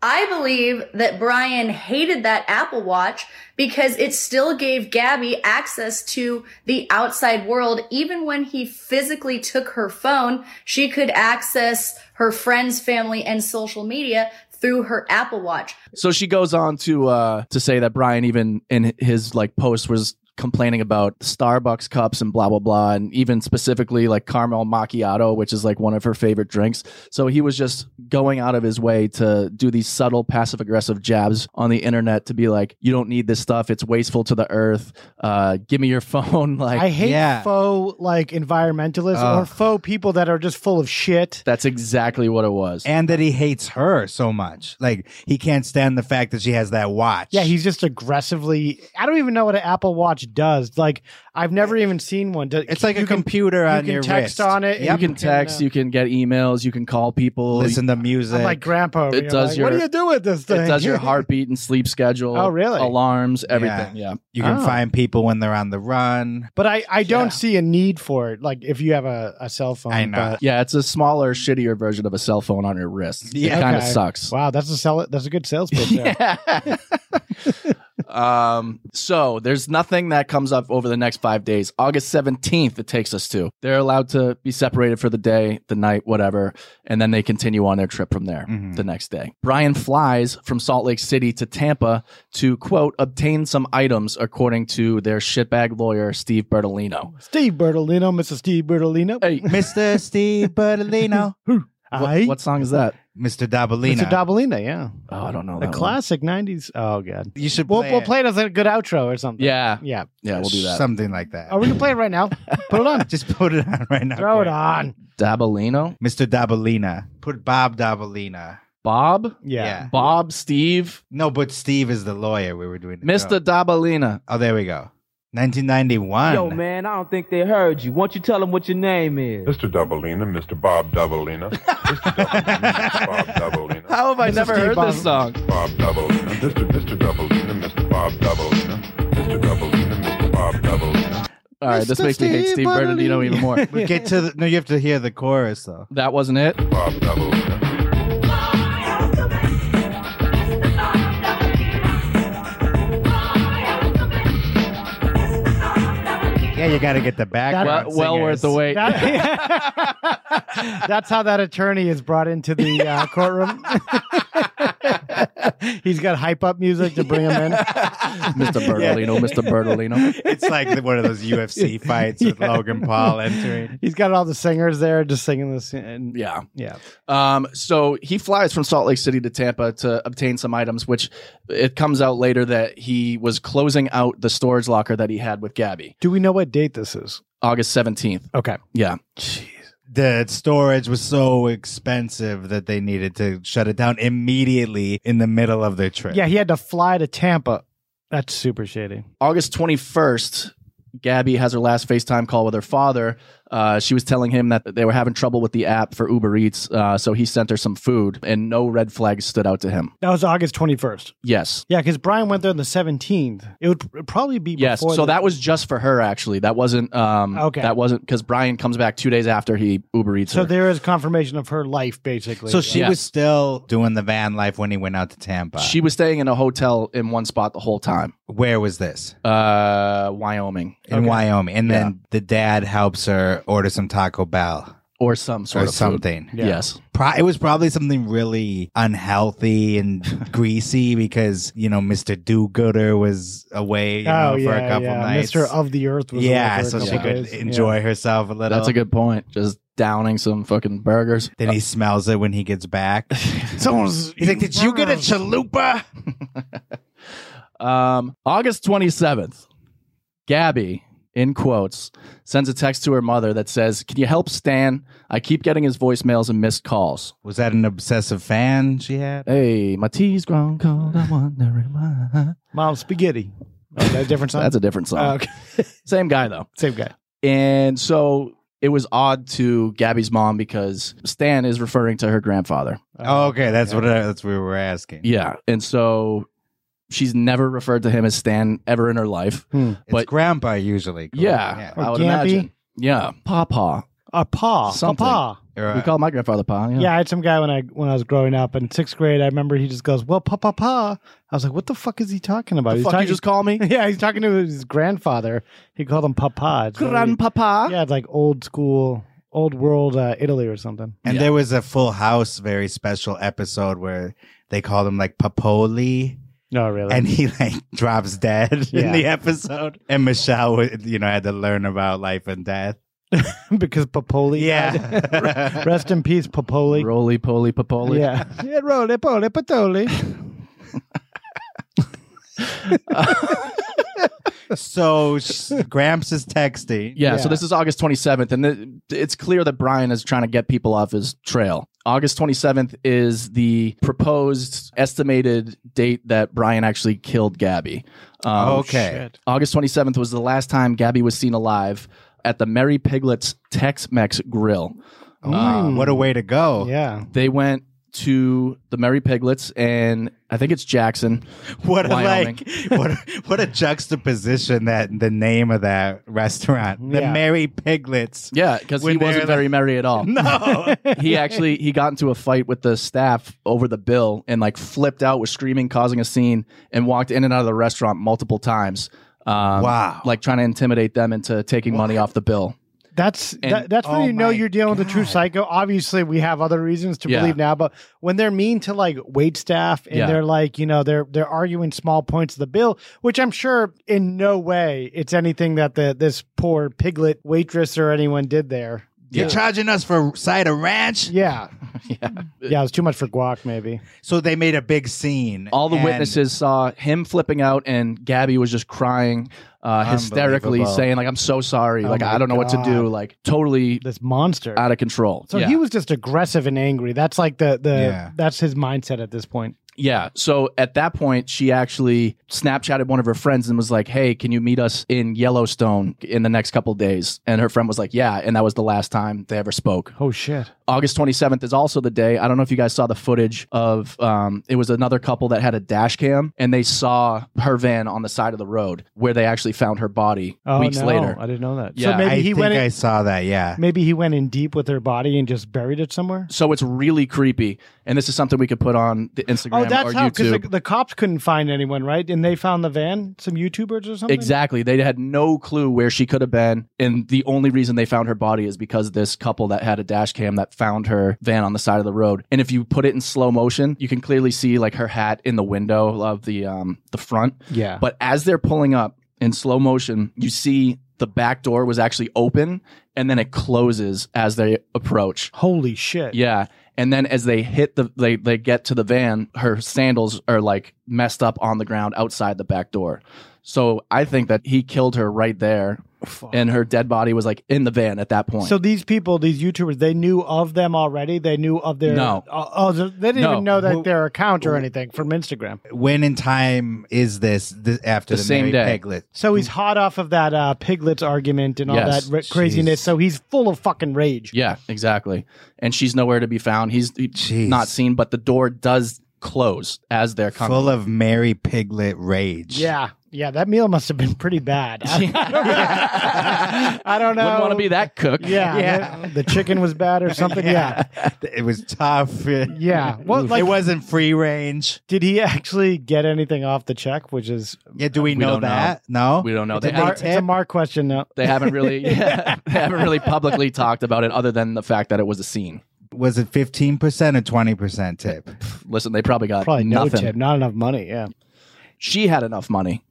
S1: I believe that Brian hated that Apple Watch because it still gave Gabby access to the outside world. Even when he physically took her phone, she could access her friends, family, and social media through her Apple Watch.
S19: So she goes on to uh, to say that Brian even in his like post was complaining about Starbucks cups and blah blah blah, and even specifically like caramel macchiato, which is like one of her favorite drinks. So he was just going out of his way to do these subtle passive aggressive jabs on the internet to be like, "You don't need this stuff. It's wasteful to the earth. Uh, give me your [LAUGHS] phone." Like
S20: I hate faux like environmentalists
S19: Ugh.
S20: or faux people that are just full of shit.
S19: That's exactly what it was.
S16: And that he hates her so much. Like, he can't stand the fact that she has that watch.
S20: Yeah, he's just aggressively. I don't even know what an Apple Watch does. Like, I've never even seen one. It's
S16: like a computer on your
S20: You can text
S16: wrist.
S20: on it. and
S19: You can text,
S20: uh,
S19: you can get emails, you can call people,
S16: Listen to music.
S20: I'm like grandpa. over
S19: It
S20: here,
S19: does
S20: like,
S19: your-
S20: What do you do with this thing?
S19: It does
S20: [LAUGHS]
S19: your heartbeat and sleep schedule.
S20: Oh, really?
S19: Alarms, everything. Yeah.
S16: You can
S20: Oh.
S16: find people when they're on the run.
S20: But I, I don't see a need for it. Like if you have a, a cell phone.
S19: I know. [LAUGHS]
S20: But,
S19: yeah, it's a smaller, shittier version of a cell phone on your wrist. It kind of
S20: Okay.
S19: sucks.
S20: [LAUGHS] Wow, that's a sell. That's a good sales pitch. there.
S19: [LAUGHS] Um, so there's nothing that comes up over the next five days. August 17th, it takes us to. They're allowed to be separated for the day, the night, whatever, and then they continue on their trip from there
S20: Mm-hmm.
S19: the next day. Brian flies from Salt Lake City to Tampa to quote obtain some items, according to their shitbag lawyer Steve Bertolino.
S20: Steve Bertolino, Mr. Steve Bertolino.
S19: Hey,
S16: Mr. Steve [LAUGHS] Bertolino.
S19: What, what song is that?
S16: Mr. Dabalina.
S20: Mr. Dabalina, yeah.
S19: Oh, I don't know. that
S20: The
S19: one.
S20: classic 90s. Oh, God.
S16: You should
S20: We'll,
S16: play
S20: we'll
S16: it.
S20: play it as a good outro or something.
S19: Yeah.
S20: Yeah.
S19: Yeah, we'll do that.
S16: Something like that.
S20: Oh, we can play it right now. Put
S16: [LAUGHS]
S20: it on.
S16: Just put it on right now.
S20: Throw it on.
S19: Dabalino?
S16: Mr. Dabalina. Put Bob Dabalina.
S19: Bob?
S20: Yeah.
S19: Bob, Steve.
S16: No, but Steve is the lawyer we were doing. the
S19: Mr.
S16: show.
S19: Dabalina.
S16: Oh, there we go. 1991.
S22: Yo, man, I don't think they heard you. Why don't you tell them what your name is?
S18: Mr. Doubleina, Mr. Bob
S19: [LAUGHS]
S18: Doubleina.
S19: How have I
S18: Mr.
S19: never
S18: Steve
S19: heard
S18: Ballmer.
S19: this song?
S18: Bob Doubleina. Mr. Mr. Doubleina, Mr. Bob Doubleina. Mr. Doubleina, Mr. Bob Doubleina.
S19: All right, this makes me hate Steve Bernardino even more.
S16: [LAUGHS] we get to the, no, you have to hear the chorus though.
S19: That wasn't it.
S18: Bob Doubleina.
S16: Yeah, you got to get the background.
S19: Well- well worth the
S16: singers. [LAUGHS]
S19: wait.
S20: [LAUGHS] That's how that attorney is brought into the uh, courtroom. [LAUGHS] He's got hype up music to bring him
S16: [LAUGHS]
S20: in.
S19: Mr. Bertolino, Mr. Bertolino.
S16: It's like one of those
S20: [LAUGHS]
S16: UFC fights with Logan Paul entering.
S20: He's got all the singers there just singing this. And
S19: Yeah.
S20: yeah.
S19: Um, so he flies from Salt Lake City to Tampa to obtain some items, which it comes out later that he was closing out the storage locker that he had with Gabby.
S20: Do we know what date this is?
S19: August 17th.
S20: Okay.
S19: Yeah.
S16: The storage was so expensive that they needed to shut it down immediately in the middle of their trip.
S20: Yeah, he had to fly to Tampa. That's super shady.
S19: August 21st, Gabby has her last FaceTime call with her father. Uh, she was telling him that they were having trouble with the app for Uber Eats, uh, so he sent her some food, and no red flags stood out to him.
S20: That was August 21st.
S19: Yes.
S20: Yeah, because Brian went there on the 17th. It would pr- probably be
S19: Yes.
S20: before
S19: So
S20: the-
S19: that was just for her, actually. That wasn't. Um,
S20: Okay.
S19: That wasn't because Brian comes back two days after he Uber Eats.
S20: So
S19: her.
S20: there is confirmation of her life, basically.
S16: So she
S19: Yeah.
S16: was still doing the van life when he went out to Tampa.
S19: she was staying in a hotel in one spot the whole time.
S16: Where was this?
S19: Uh, Wyoming.
S16: In Wyoming. And then the dad helps her order some Taco Bell.
S19: or some sort
S16: or
S19: of food.
S16: something.
S19: Yes.
S16: Pro- it was probably something really unhealthy and greasy because, you know, Mr. Do Gooder was away you know,
S20: oh,
S16: for
S20: yeah,
S16: a couple
S20: yeah.
S16: nights.
S20: Mr. of the Earth was
S16: yeah,
S20: away for
S16: so
S20: a
S16: she
S20: couple
S16: could
S20: days.
S16: enjoy
S20: Yeah.
S16: herself a little.
S19: That's a good point. Just downing some fucking burgers.
S16: Then he smells it when he gets back.
S19: Someone's
S16: He's like, Did you get a chalupa?
S19: Um, August 27th, Gabby, in quotes, sends a text to her mother that says, Can you help Stan? I keep getting his voicemails and missed calls.
S16: Was that an obsessive fan she had?
S19: Hey, my tea's grown cold. I'm wondering why.
S20: Mom, spaghetti. Oh, is that a different song?
S19: That's a different song.
S20: Oh, okay.
S19: Same guy, though.
S20: Same guy.
S19: And so it was odd to Gabby's mom because Stan is referring to her grandfather.
S16: Oh, okay. That's what I, that's what we were asking.
S19: Yeah. And so she's never referred to him as Stan ever in her life.
S16: It's grandpa usually. correct?
S19: Hmm. Yeah,
S20: Or
S19: I would
S20: Gampy.
S19: imagine. Yeah, Papa.
S20: A paw. A
S19: Something.
S20: paw.
S16: Right.
S19: We call my grandfather Pa. Yeah.
S20: Yeah. I had some guy when I when I was growing up in sixth grade. I remember he just goes, "Well, pa pa pa." I was like, "What the fuck is he talking about?"
S19: The
S20: he's
S19: fuck
S20: talking,
S19: you just [LAUGHS] call me?
S20: [LAUGHS] yeah, he's talking to his grandfather. He called him papa. It's very-
S19: Grandpapa.
S20: yeah, it's like old school, old world uh, Italy or something.
S16: And there was a Full House very special episode where they called him like Papoli.
S20: No, Oh, really.
S16: And he like [LAUGHS] drops dead in
S20: Yeah.
S16: the episode, and Michelle, wa- you know, had to learn about life and death.
S20: because Popoli.
S16: Yeah, [LAUGHS]
S20: died. Rest in peace, Popoli.
S19: Roly poly papoli.
S20: Yeah. yeah, roly poly patoli.
S16: so sh- Gramps is texting.
S19: Yeah, so this is August 27th, and th- it's clear that Brian is trying to get people off his trail. August 27th is the proposed estimated date that Brian actually killed Gabby. Um,
S16: Oh, okay.
S19: August 27th was the last time Gabby was seen alive at the Merry Piglet's Tex Mex Grill.
S16: Um, what a way to go!
S20: Yeah.
S19: They went to the Merry Piglets, and I think it's Jackson.
S16: What a
S19: Wyoming.
S16: like, [LAUGHS] what a, what a juxtaposition that the name of that restaurant, the
S20: Yeah.
S16: Merry Piglets.
S19: Yeah, because he
S16: When they're
S19: wasn't very merry at
S16: [LAUGHS]
S19: all.
S16: No,
S19: he actually he got into a fight with the staff over the bill and like flipped out was screaming causing a scene and walked in and out of the restaurant multiple times um,
S16: Wow.
S19: like trying to intimidate them into taking money off the bill
S20: That's
S19: And-
S20: that, that's when
S16: Oh
S20: you know
S16: my
S20: you're dealing with a true psycho. Obviously, we have other reasons to
S19: Yeah.
S20: believe now, but when they're mean to like wait staff and
S19: Yeah.
S20: they're like, you know, they're they're arguing small points of the bill, which I'm sure in no way it's anything that the this poor piglet waitress or anyone did there.
S16: you're charging us for side of ranch.
S20: Yeah,
S19: [LAUGHS] yeah
S20: yeah, it was too much for guac, maybe.
S16: So they made a big scene.
S19: all the
S16: and-
S19: witnesses saw him flipping out and gabby was just crying uh, hysterically
S16: Unbelievable.
S19: saying like i'm so sorry
S20: Oh
S19: like
S20: my
S19: i don't know what to do
S20: God.
S19: like totally
S20: This monster.
S19: out of control
S20: so
S19: yeah.
S20: he was just aggressive and angry. That's like the the
S16: Yeah.
S20: that's his mindset at this point.
S19: Yeah. So at that point, she actually Snapchatted one of her friends and was like, "Hey, can you meet us in Yellowstone in the next couple days?" And her friend was like, "Yeah." And that was the last time they ever spoke.
S20: Oh shit!
S19: August 27th is also the day. I don't know if you guys saw the footage of um, it was another couple that had a dash cam and they saw her van on the side of the road where they actually found her body
S20: Oh,
S19: weeks
S20: no,
S19: later.
S20: I didn't know that.
S19: Yeah,
S20: so maybe
S16: I
S20: he
S16: think
S20: went.
S16: I
S20: In,
S16: saw that. Yeah.
S20: maybe he went in deep with her body and just buried it somewhere.
S19: so it's really creepy. And this is something we could put on the Instagram.
S20: Oh, that's
S19: or
S20: how because the,
S19: YouTube.
S20: the cops couldn't find anyone, right? And they found the van, some YouTubers or something.
S19: Exactly. They had no clue where she could have been. And the only reason they found her body is because this couple that had a dash cam that found her van on the side of the road. And if you put it in slow motion, you can clearly see like her hat in the window of the um the front.
S20: Yeah.
S19: But as they're pulling up in slow motion, you see the back door was actually open and then it closes as they approach.
S20: Holy shit.
S19: Yeah. And then as they hit the they they get to the van, her sandals are like messed up on the ground outside the back door. So I think that he killed her right there. And her dead body was like in the van at that point.
S20: So these people, these YouTubers, they knew of them already. They knew of their
S19: No.
S20: Oh, oh, so they didn't
S16: No.
S20: even know that
S16: Well-
S20: their account or anything from Instagram.
S16: When in time is this? Th- after
S19: The
S16: the, Mary
S19: same day.
S16: Piglet.
S20: So he's hot off of that uh, piglets argument and all
S19: Yes.
S20: that r- craziness. So he's full of fucking rage.
S19: yeah, exactly. And she's nowhere to be found. He's he- not seen, but the door does close as they're coming.
S16: Full of Mary Piglet rage.
S20: Yeah, yeah. That meal must have been pretty bad. [LAUGHS] I don't know.
S19: [LAUGHS] Wouldn't want to be that cook.
S20: Yeah, The, the chicken was bad or something. Yeah,
S16: [LAUGHS] It was tough.
S20: yeah. Well, like,
S16: it wasn't free range.
S20: did he actually get anything off the check? Which is
S16: Yeah, do we,
S19: We
S16: know
S19: don't know.
S16: that? No,
S19: We don't know.
S20: it's, a
S19: They
S20: Mar-
S19: haven't-
S20: it's a Mark question. No,
S19: They haven't
S20: [LAUGHS]
S19: really they haven't really publicly talked about it other than the fact that it was a scene.
S16: Was it fifteen percent or twenty percent tip?
S19: Listen, they probably got
S20: probably no
S19: nothing.
S20: tip, not enough money. Yeah.
S19: she had enough money,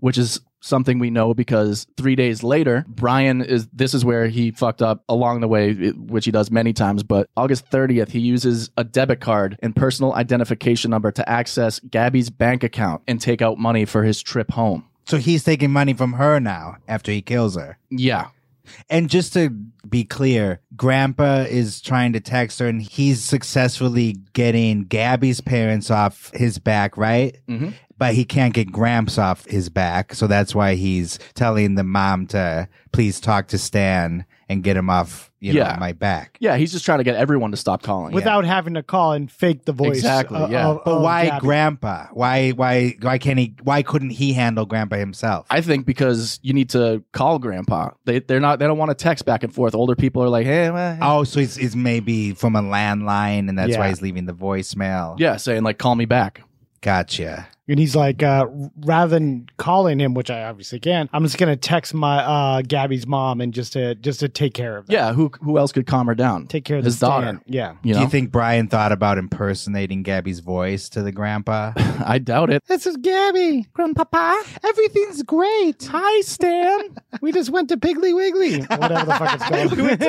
S19: which is something we know because three days later, Brian is this is where he fucked up along the way, it- which he does many times. But August 30th, he uses a debit card and personal identification number to access Gabby's bank account and take out money for his trip home.
S16: So he's taking money from her now after he kills her.
S19: Yeah.
S16: And just to be clear, Grandpa is trying to text her, and he's successfully getting Gabby's parents off his back, right?
S19: Mhm.
S16: But he can't get Gramps off his back, so that's why he's telling the mom to please talk to Stan and get him off, you
S19: Yeah.
S16: know, my back.
S19: Yeah, he's just trying to get everyone to stop calling.
S20: Without having to call and fake the voice.
S19: Exactly,
S20: o-
S19: yeah.
S20: of-
S16: But
S20: of
S16: why
S20: Oh, Gabby.
S16: grandpa? Why why why can't he why couldn't he handle grandpa himself?
S19: I think because you need to call grandpa. They they're not they don't want to text back and forth. Older people are like, hey, well, hey."
S16: Oh, so it's, it's maybe from a landline and that's
S20: Yeah.
S16: why he's leaving the voicemail.
S19: yeah, saying like call me back.
S16: Gotcha.
S20: And he's like, uh, rather than calling him, which I obviously can, I'm just gonna text my uh, Gabby's mom and just to just to take care of that.
S19: Yeah, who who else could calm her down?
S20: Take care of
S19: his
S20: the
S19: daughter.
S20: stand. Yeah.
S16: Do
S19: You know,
S16: you think Brian thought about impersonating Gabby's voice to the grandpa? [LAUGHS]
S19: [LAUGHS] I doubt it.
S20: This is Gabby. Grandpapa. Everything's great. Hi, [LAUGHS] Stan. we just went to Piggly Wiggly. Whatever the fuck it's called. we, went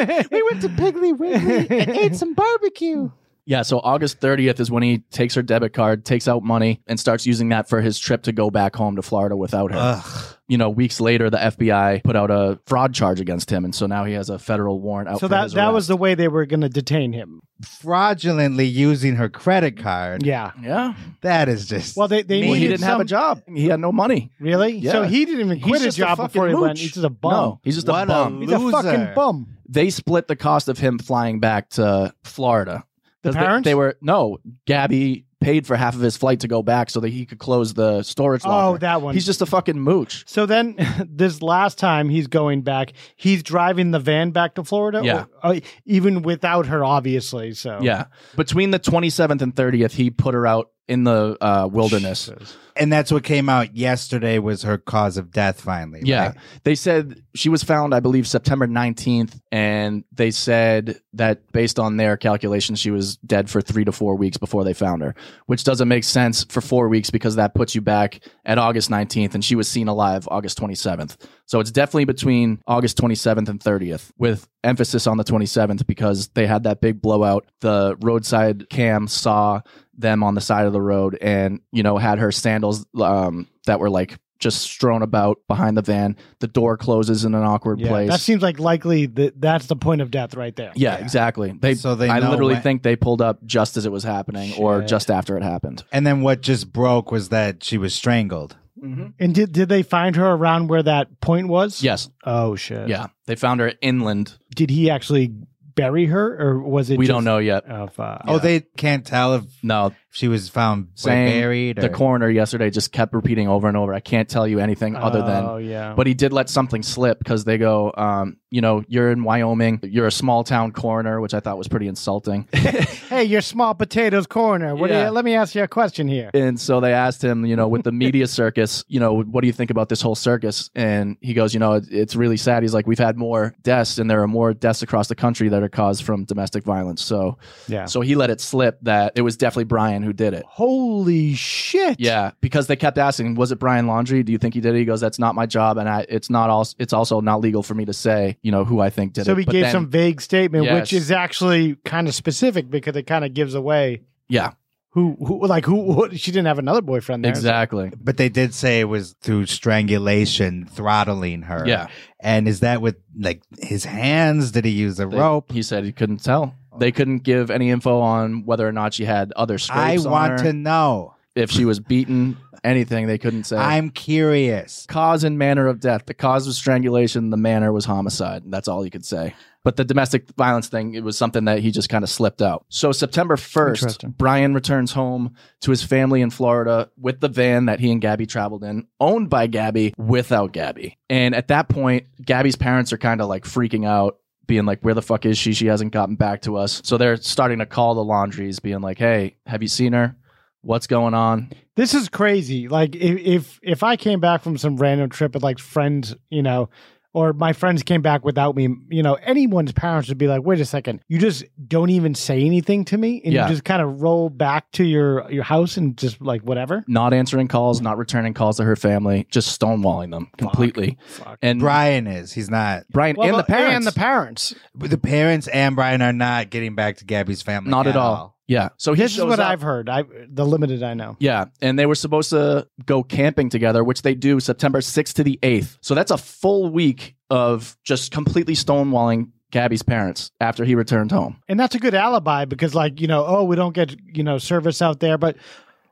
S20: to, Piggly Wiggly and ate some barbecue.
S19: Yeah, so August 30th is when he takes her debit card, takes out money, and starts using that for his trip to go back home to Florida without her.
S16: Ugh.
S19: You know, weeks later, the FBI put out a fraud charge against him, and so now he has a federal warrant out.
S20: So
S19: for
S20: that
S19: his
S20: that was
S19: arrest.
S20: the way they were gonna detain him.
S16: Fraudulently using her credit card.
S20: Yeah.
S19: yeah.
S16: That is just
S20: Well, they they
S19: Well, he
S20: needed
S19: didn't have a
S20: some-
S19: job. He had no money.
S20: Really? So
S19: Yeah.
S20: he didn't even
S19: He's
S20: quit his
S19: just a
S20: job
S19: fucking
S20: before he went.
S19: mooch.
S20: He's just a bum.
S19: No, he's just a
S16: What a
S19: bum.
S20: He's a fucking
S16: loser.
S20: bum.
S19: they split the cost of him flying back to Florida. 'Cause
S20: The
S19: they-
S20: parents?
S19: They, were no. Gabby paid for half of his flight to go back so that he could close the storage
S20: Oh,
S19: locker.
S20: that one.
S19: He's just a fucking mooch. [LAUGHS]
S20: So then, this last time he's going back, he's driving the van back to Florida.
S19: Yeah.
S20: or- uh, even without her, obviously. So
S19: Yeah. Between the 27th and 30th, he put her out in the uh, wilderness.
S16: and that's what came out yesterday was her cause of death finally.
S19: Yeah.
S16: right?
S19: They said she was found, I believe, September 19th. And they said that based on their calculations, she was dead for three to four weeks before they found her, which doesn't make sense for four weeks because that puts you back at August 19th. And she was seen alive August 27th. So it's definitely between August 27th and 30th, with emphasis on the 27th because they had that big blowout. The roadside cam saw them on the side of the road and, you know, had her sandals um, that were like, just strewn about behind the van. The door closes in an awkward
S20: Yeah,
S19: place.
S20: that seems like likely that that's the point of death right there.
S19: yeah, exactly. They,
S16: So they
S19: I
S16: know
S19: literally
S16: when-
S19: think they pulled up just as it was happening or
S20: Shit.
S19: just after it happened.
S16: And then what just broke was that she was strangled.
S20: And did did they find her around where that point was?
S19: Yes.
S20: Oh shit.
S19: Yeah. They found her inland.
S20: Did he actually bury her, or was it?
S19: We
S20: just
S19: don't know yet.
S20: Of, uh,
S16: Oh, they can't tell if
S19: No,
S16: she was found like,
S19: saying
S16: buried.
S19: the
S16: or-
S19: coroner yesterday just kept repeating over and over i can't tell you anything other than
S20: Oh, yeah.
S19: but he did let something slip because they go um, you know you're in wyoming you're a small town coroner which i thought was pretty insulting
S20: Hey, your small potatoes corner. What do
S19: Yeah.
S20: you, let me ask you a question here.
S19: and so they asked him you know with the media circus you know what do you think about this whole circus and he goes you know it, it's really sad he's like we've had more deaths and there are more deaths across the country that are caused from domestic violence so
S20: Yeah.
S19: so he let it slip that it was definitely brian who did it
S20: Holy shit.
S19: Yeah, because they kept asking, "Was it Brian Laundry? Do you think he did it?" He goes, "That's not my job, and I, it's not also it's also not legal for me to say, you know, who I think did
S20: So
S19: it."
S20: he
S19: But
S20: gave
S19: then-
S20: some vague statement,
S19: Yes.
S20: which is actually kind of specific because it kind of gives away
S19: yeah,
S20: who, who like who, who she didn't have another boyfriend there.
S19: exactly.
S16: But they did say it was through strangulation, throttling her.
S19: Yeah.
S16: And is that with like his hands? Did he use a
S19: They-
S16: rope?
S19: He said he couldn't tell. They couldn't give any info on whether or not she had other
S16: I
S19: scrapes. on
S16: want
S19: her,
S16: to know.
S19: if she was beaten. Anything they couldn't say.
S16: I'm curious.
S19: cause and manner of death. The cause was strangulation. The manner was homicide. And that's all he could say. But the domestic violence thing, it was something that he just kind of slipped out. So September 1st,
S20: Interesting.
S19: Brian returns home to his family in Florida with the van that he and Gabby traveled in, owned by Gabby without Gabby. And at that point, Gabby's parents are kind of like freaking out. Being like, where the fuck is she? She hasn't gotten back to us. So they're starting to call the laundries, being like, hey, have you seen her? What's going on?
S20: This is crazy. Like if, if if I came back from some random trip with like friends, you know, or my friends came back without me, you know, anyone's parents would be like, "Wait a second, you just don't even say anything to me, and
S19: Yeah.
S20: you just kind of roll back to your your house and just like whatever."
S19: not answering calls, not returning calls to her family, just stonewalling them completely. And
S16: Brian is. He's not.
S19: Brian
S20: Well,
S19: and the
S20: but-
S19: parents,
S20: and the parents.
S16: But The parents and Brian are not getting back to Gabby's family.
S19: not at all. Yeah. So he
S20: This is
S19: shows
S20: what
S19: up-
S20: I've heard. I the limited I know.
S19: Yeah, and they were supposed to go camping together, which they do September 6th to the 8th. So that's a full week of just completely stonewalling Gabby's parents after he returned home.
S20: And that's a good alibi because, like, you know, oh, we don't get, you know, service out there. But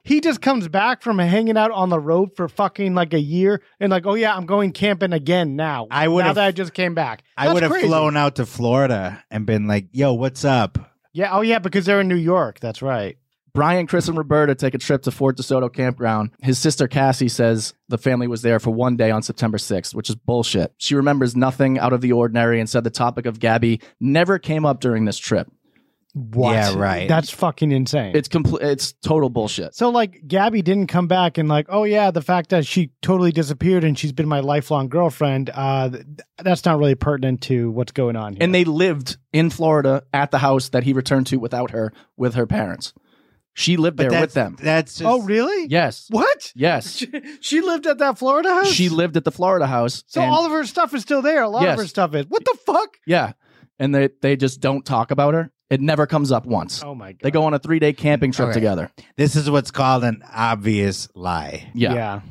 S20: he just comes back from hanging out on the road for fucking like a year and, like, oh, yeah, I'm going camping again now.
S16: I would
S20: Now
S16: have-
S20: that I just came back.
S16: I would
S20: That's
S16: have
S20: crazy.
S16: flown out to Florida and been like, yo, what's up?
S20: Yeah. Oh, yeah, because they're in New York. That's right.
S19: Brian, Chris, and Roberta take a trip to Fort DeSoto campground. His sister Cassie says the family was there for one day on September 6th, which is bullshit. She remembers nothing out of the ordinary and said the topic of Gabby never came up during this trip.
S20: What?
S16: Yeah, right.
S20: That's fucking insane.
S19: It's complete. It's total bullshit.
S20: so, like, Gabby didn't come back and, like, oh, yeah, the fact that she totally disappeared and she's been my lifelong girlfriend, uh, th- that's not really pertinent to what's going on here.
S19: And they lived in Florida at the house that he returned to without her, with her parents. She lived there
S16: that's,
S19: with them.
S16: That's just,
S20: oh, really?
S19: Yes.
S20: What? [LAUGHS]
S19: Yes.
S20: She, she lived at that Florida house?
S19: She lived at the Florida house.
S20: So
S19: and-
S20: all of her stuff is still there. A lot
S19: Yes.
S20: of her stuff is. What the fuck?
S19: yeah, and they they just don't talk about her. It never comes up once.
S20: Oh my god.
S19: They go on a three day camping trip
S16: Okay.
S19: together.
S16: this is what's called an obvious lie.
S19: Yeah.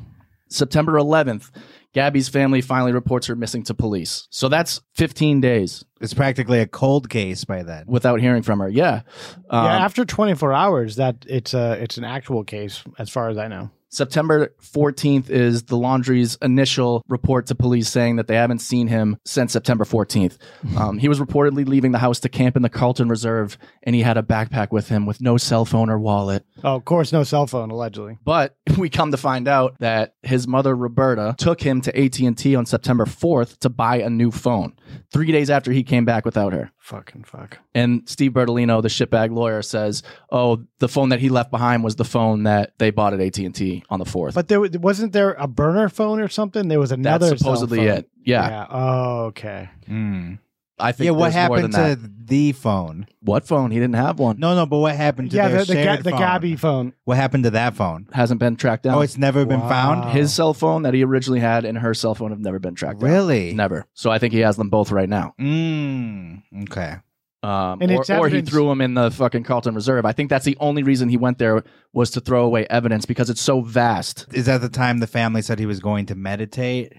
S19: September 11th, Gabby's family finally reports her missing to police. So that's 15 days
S16: It's practically a cold case by then.
S19: without hearing from her. Yeah. Um,
S20: yeah, after 24 hours, that it's a it's an actual case as far as I know.
S19: September 14th is the laundry's initial report to police saying that they haven't seen him since September 14th. Um, he was reportedly leaving the house to camp in the Carlton Reserve, and he had a backpack with him with no cell phone or wallet.
S20: Oh, of course, no cell phone allegedly.
S19: But [LAUGHS] we come to find out that his mother Roberta took him to AT&T on September 4th to buy a new phone. 3 days after he came back without her.
S20: Fucking fuck.
S19: And Steve Bertolino, the shitbag lawyer says, "Oh, the phone that he left behind was the phone that they bought at AT&T on the 4th."
S20: But there wa- wasn't there a burner phone or something? There was
S19: That's
S20: another. cell
S19: supposedly
S20: phone.
S19: it. Yeah.
S20: Oh, okay.
S16: Mm.
S19: I think
S16: Yeah, what
S19: there's more
S16: happened
S19: than
S16: to
S19: that.
S16: the phone?
S19: What phone? He didn't have one.
S16: No, no, but what happened to
S20: Yeah,
S16: their
S20: the the, Ga-
S16: shared
S20: the
S16: phone?
S20: Gabby phone.
S16: What happened to that phone?
S19: Hasn't been tracked down.
S16: Oh, it's never been
S20: Wow.
S16: found?
S19: his cell phone that he originally had and her cell phone have never been tracked down.
S16: Really?
S19: Never. So I think he has them both right now.
S16: Mm, okay.
S19: Um,
S20: And
S19: or,
S20: it's
S19: or he
S20: evidence-
S19: threw them in the fucking Carlton Reserve. I think that's the only reason he went there was to throw away evidence because it's so vast.
S16: Is that the time the family said he was going to meditate?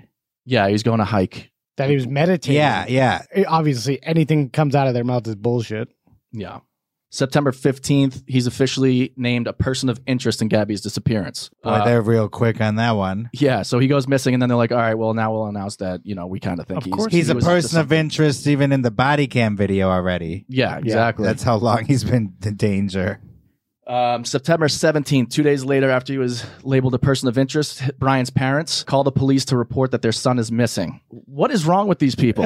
S19: Yeah, he's going to hike.
S20: That he was meditating.
S16: Yeah, yeah.
S20: It- obviously, anything comes out of their mouth is bullshit.
S19: Yeah. September 15th, he's officially named a person of interest in Gabby's disappearance.
S16: Boy,
S19: Uh,
S16: they're real quick on that one.
S19: yeah, so he goes missing, and then they're like, all right, well, now we'll announce that, you know, we kind of think
S20: Of
S19: he's,
S20: course
S19: he
S16: He's a
S19: was up to
S16: person of
S19: something.
S16: interest even in the body cam video already.
S19: Yeah,
S16: [LAUGHS]
S19: exactly.
S16: That's how long he's been in danger.
S19: Um, September 17th, two days later, after he was labeled a person of interest, Brian's parents call the police to report that their son is missing. What is wrong with these [LAUGHS] people?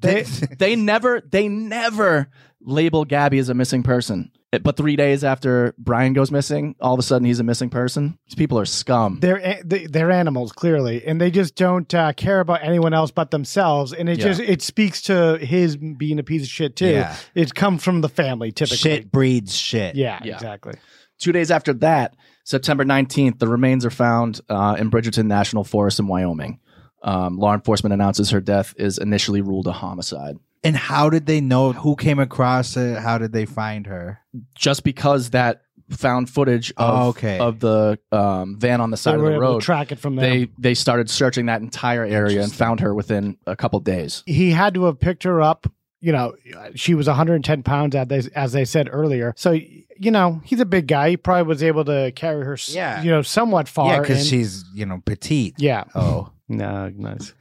S19: they, they never they never label Gabby as a missing person. But three days after Brian goes missing, all of a sudden he's a missing person. These people are scum.
S20: They're a- they- they're animals clearly, and they just don't uh, care about anyone else but themselves. And it
S16: Yeah.
S20: just it speaks to his being a piece of shit too.
S16: Yeah.
S20: It comes from the family typically.
S16: Shit breeds shit.
S20: Yeah, exactly.
S19: Two days after that, September 19th, the remains are found uh, in Bridgerton National Forest in Wyoming. Um, law enforcement announces her death is initially ruled a homicide.
S16: And how did they know who came across it? How did they find her?
S19: Just because that found footage of,
S16: Oh, okay.
S19: of the um, van on the side of
S20: were
S19: the
S20: able to
S19: road,
S20: track it from there.
S19: they they started searching that entire area and found her within a couple days.
S20: he had to have picked her up. You know, she was 110 pounds as they, as they said earlier. So you know, he's a big guy. He probably was able to carry her. s-
S16: Yeah.
S20: you know, somewhat far.
S16: yeah, because
S20: and-
S16: she's you know petite.
S20: Yeah. [LAUGHS]
S16: Oh.
S20: No, nice.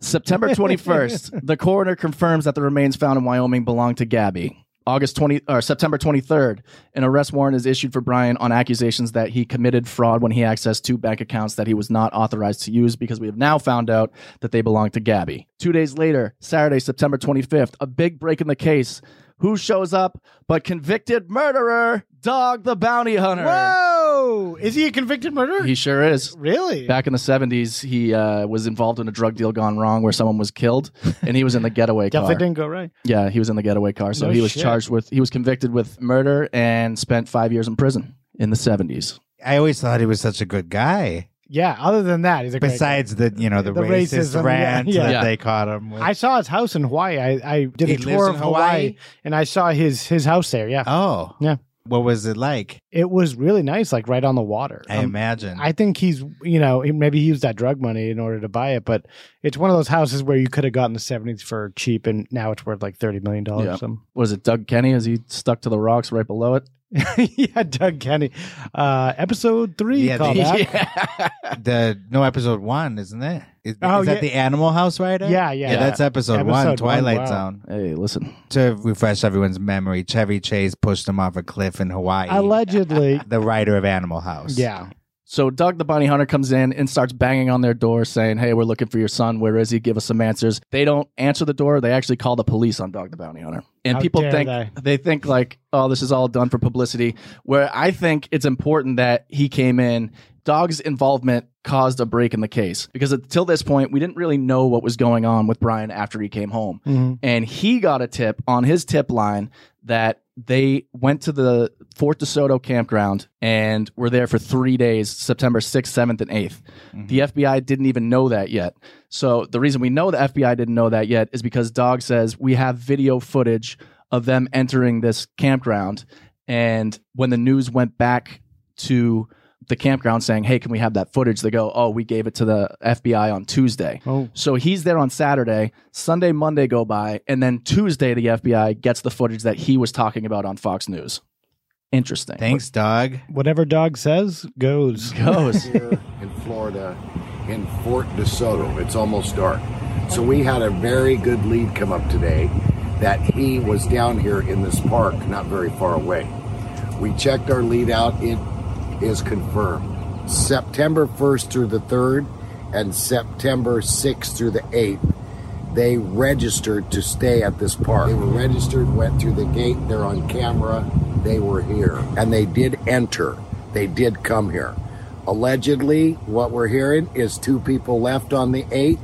S19: September 21st, the coroner confirms that the remains found in Wyoming belong to Gabby. August 20 or September 23rd, an arrest warrant is issued for Brian on accusations that he committed fraud when he accessed two bank accounts that he was not authorized to use because we have now found out that they belong to Gabby. 2 days later, Saturday, September 25th, a big break in the case. Who shows up but convicted murderer, Dog the Bounty Hunter.
S20: Whoa! Is he a convicted murderer?
S19: He sure is.
S20: Really?
S19: Back in the 70s, he uh, was involved in a drug deal gone wrong where someone was killed, and he was in the
S20: [LAUGHS]
S19: getaway car.
S20: Definitely didn't go right.
S19: Yeah, he was in the getaway car. So
S20: No
S19: he was
S20: shit.
S19: charged with, he was convicted with murder and spent five years in prison in the 70s.
S16: I always thought he was such a good guy.
S20: Yeah. Other than that, he's a great guy.
S16: Besides the you know the,
S20: The
S16: racist
S20: racism, yeah,
S16: rant
S20: yeah.
S16: that
S20: Yeah.
S16: they caught him with.
S20: I saw his house in Hawaii. I, I did
S16: He
S20: a
S16: lives
S20: tour
S16: in
S20: of Hawaii,
S16: Hawaii?
S20: and I saw his his house there. Yeah.
S16: Oh.
S20: Yeah.
S16: What was it like?
S20: It was really nice, like right on the water.
S16: I
S20: Um,
S16: imagine.
S20: I think he's, you know, he- maybe he used that drug money in order to buy it, but it's one of those houses where you could have gotten the 70s for cheap and now it's worth like $30 million.
S19: Yeah.
S20: or something. [LAUGHS]
S19: Was it Doug Kenny? Is he stuck to the rocks right below it?
S20: yeah, Doug Kenny. Uh, episode
S16: [LAUGHS]
S20: three.
S16: Yeah,
S20: callback.
S16: the-
S20: Yeah,
S16: the no episode one, isn't it? Is,
S20: Oh,
S16: is that
S20: yeah.
S16: the Animal House writer?
S20: Yeah, yeah.
S16: yeah. That's episode, one,
S20: Episode one,
S16: Twilight
S20: wow.
S16: Zone.
S19: Hey, listen.
S16: To refresh everyone's memory, Chevy Chase pushed him off a cliff in Hawaii. [LAUGHS]
S20: [LAUGHS] Allegedly.
S16: the writer of Animal House.
S20: yeah.
S19: So Doug the Bounty Hunter comes in and starts banging on their door saying, Hey, we're looking for your son. Where is he? Give us some answers. They don't answer the door. They actually call the police on Doug the Bounty Hunter. And
S20: How
S19: people
S20: dare
S19: think
S20: they.
S19: think like, oh, this is all done for publicity. Where I think it's important that he came in. Dog's involvement caused a break in the case because until this point, we didn't really know what was going on with Brian after he came home.
S20: Mhm.
S19: And he got a tip on his tip line that they went to the Fort DeSoto campground and were there for three days, September 6th, 7th, and 8th. The FBI didn't even know that yet. So the reason we know the FBI didn't know that yet is because Dog says we have video footage of them entering this campground. And when the news went back to the campground saying, Hey, can we have that footage? They go, Oh, we gave it to the FBI on Tuesday.
S20: Oh.
S19: So he's there on Saturday. Sunday, Monday go by. And then Tuesday, the FBI gets the footage that he was talking about on Fox News. Interesting.
S16: Thanks, Dog.
S20: Whatever dog says goes.
S19: Goes.
S3: here in Florida in Fort DeSoto. It's almost dark. So we had a very good lead come up today that he was down here in this park not very far away. We checked our lead out. It is confirmed. September 1st through the 3rd and September 6th through the 8th, they registered to stay at this park. They were registered, went through the gate, they're on camera, they were here. And they did enter, they did come here. Allegedly, what we're hearing is two people left on the 8th,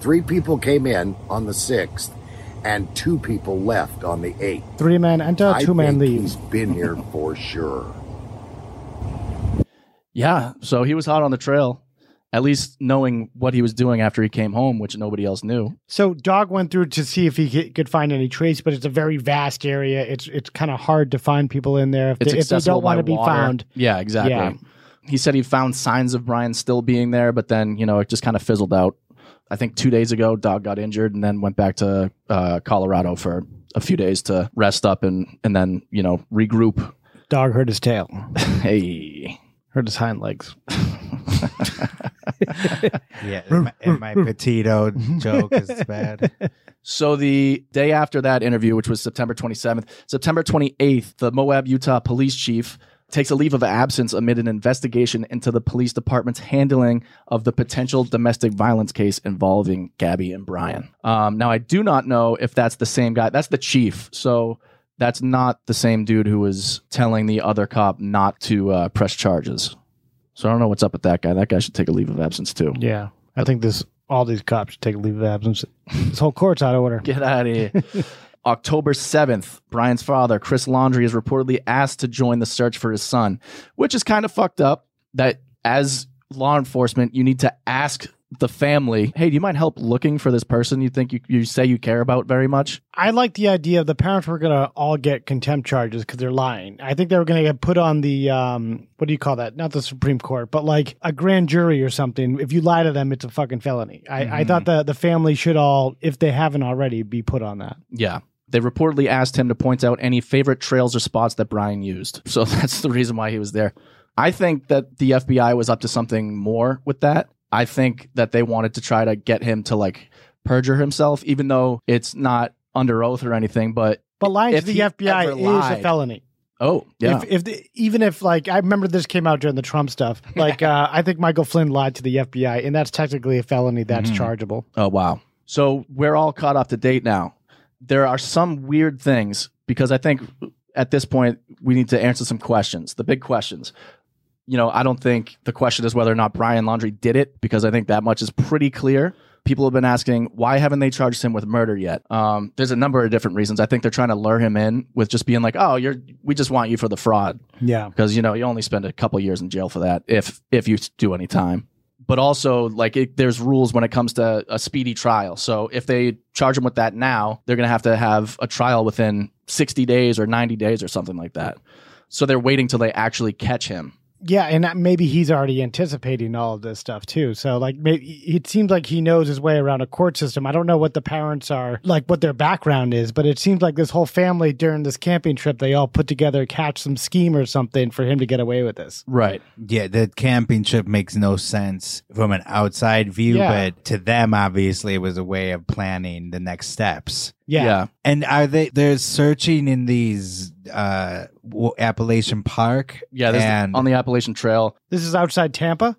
S3: three people came in on the 6th, and two people left on the 8th.
S20: Three men enter,
S3: I
S20: two men
S3: think
S20: leave.
S3: He's been here for sure.
S19: [LAUGHS] Yeah. So he was hot on the trail, at least knowing what he was doing after he came home, which nobody else knew.
S20: So dog went through to see if he c- could find any trace, but it's a very vast area. It's it's kind of hard to find people in there if
S19: It's
S20: they, if they
S19: accessible
S20: don't want
S19: by
S20: to be
S19: water.
S20: found.
S19: Yeah, exactly.
S20: Yeah.
S19: He said he found signs of Brian still being there, but then, you know, it just kind of fizzled out. I think two days ago, Dog got injured and then went back to uh, Colorado for a few days to rest up and, and then, you know, regroup. [LAUGHS]
S20: Dog hurt his tail, [LAUGHS]
S19: Hey.
S20: hurt his hind legs. [LAUGHS]
S16: Yeah, and my, and my petito joke is bad.
S19: So the day after that interview, which was September 27th, September 28th, the Moab, Utah police chief takes a leave of absence amid an investigation into the police department's handling of the potential domestic violence case involving Gabby and Brian. Um, now, I do not know if that's the same guy. That's the chief. So that's not the same dude who was telling the other cop not to uh, press charges. So I don't know what's up with that guy. That guy should take a leave of absence too.
S20: Yeah. I think this all these cops should take a leave of absence. This whole court's out of order.
S19: Get out of here. October 7th, Brian's father, Chris Laundry, is reportedly asked to join the search for his son, which is kind of fucked up that as law enforcement, you need to ask the family, hey, do you mind help looking for this person you think you, you say you care about very much?
S20: I like the idea of the parents were going to all get contempt charges because they're lying. I think they were going to get put on the, um, what do you call that? Not the Supreme Court, but like a grand jury or something. If you lie to them, it's a fucking felony. I, I
S19: Mhm.
S20: thought the, the family should all, if they haven't already, be put on that.
S19: Yeah. They reportedly asked him to point out any favorite trails or spots that Brian used. So [LAUGHS] that's the reason why he was there. I think that the FBI was up to something more with that. I think that they wanted to try to get him to like perjure himself, even though it's not under oath or anything. But
S20: But lying
S19: If
S20: to the
S19: he
S20: FBI
S19: ever
S20: is
S19: lied.
S20: a felony.
S19: oh, yeah.
S20: If, if the, even if like I remember this came out during the
S16: [LAUGHS]
S20: Trump stuff, like uh, I think Michael Flynn lied to the FBI, and that's technically a felony. That's
S16: Mm-hmm.
S19: Mhm.
S20: chargeable.
S19: Oh wow. So we're all caught up to date now. There are some weird things because I think at this point we need to answer some questions, the big questions. You know, I don't think the question is whether or not Brian Laundry did it because I think that much is pretty clear. People have been asking why haven't they charged him with murder yet? Um, there's a number of different reasons. I think they're trying to lure him in with just being like, "Oh, you're we just want you for the fraud."
S20: Yeah.
S19: because you know you only spend a couple years in jail for that if if you do any time but also like it, there's rules when it comes to a speedy trial so if they charge them with that now they're going to have to have a trial within 60 days or 90 days or something like that so they're waiting till they actually catch him
S20: Yeah, and that- maybe he's already anticipating all of this stuff too. So like maybe it seems like he knows his way around a court system. I don't know what the parents are like what their background is, but it seems like this whole family during this camping trip they all put together catch some scheme or something for him to get away with this.
S19: Right.
S16: Yeah, the camping trip makes no sense from an outside view,
S20: Yeah.
S16: but to them, obviously, it was a way of planning the next steps.
S20: Yeah. Yeah.
S16: And are they, they're searching in these, uh, w- Appalachian Park?
S19: yeah this is
S16: And,
S19: on the appalachian trail
S20: This is outside Tampa?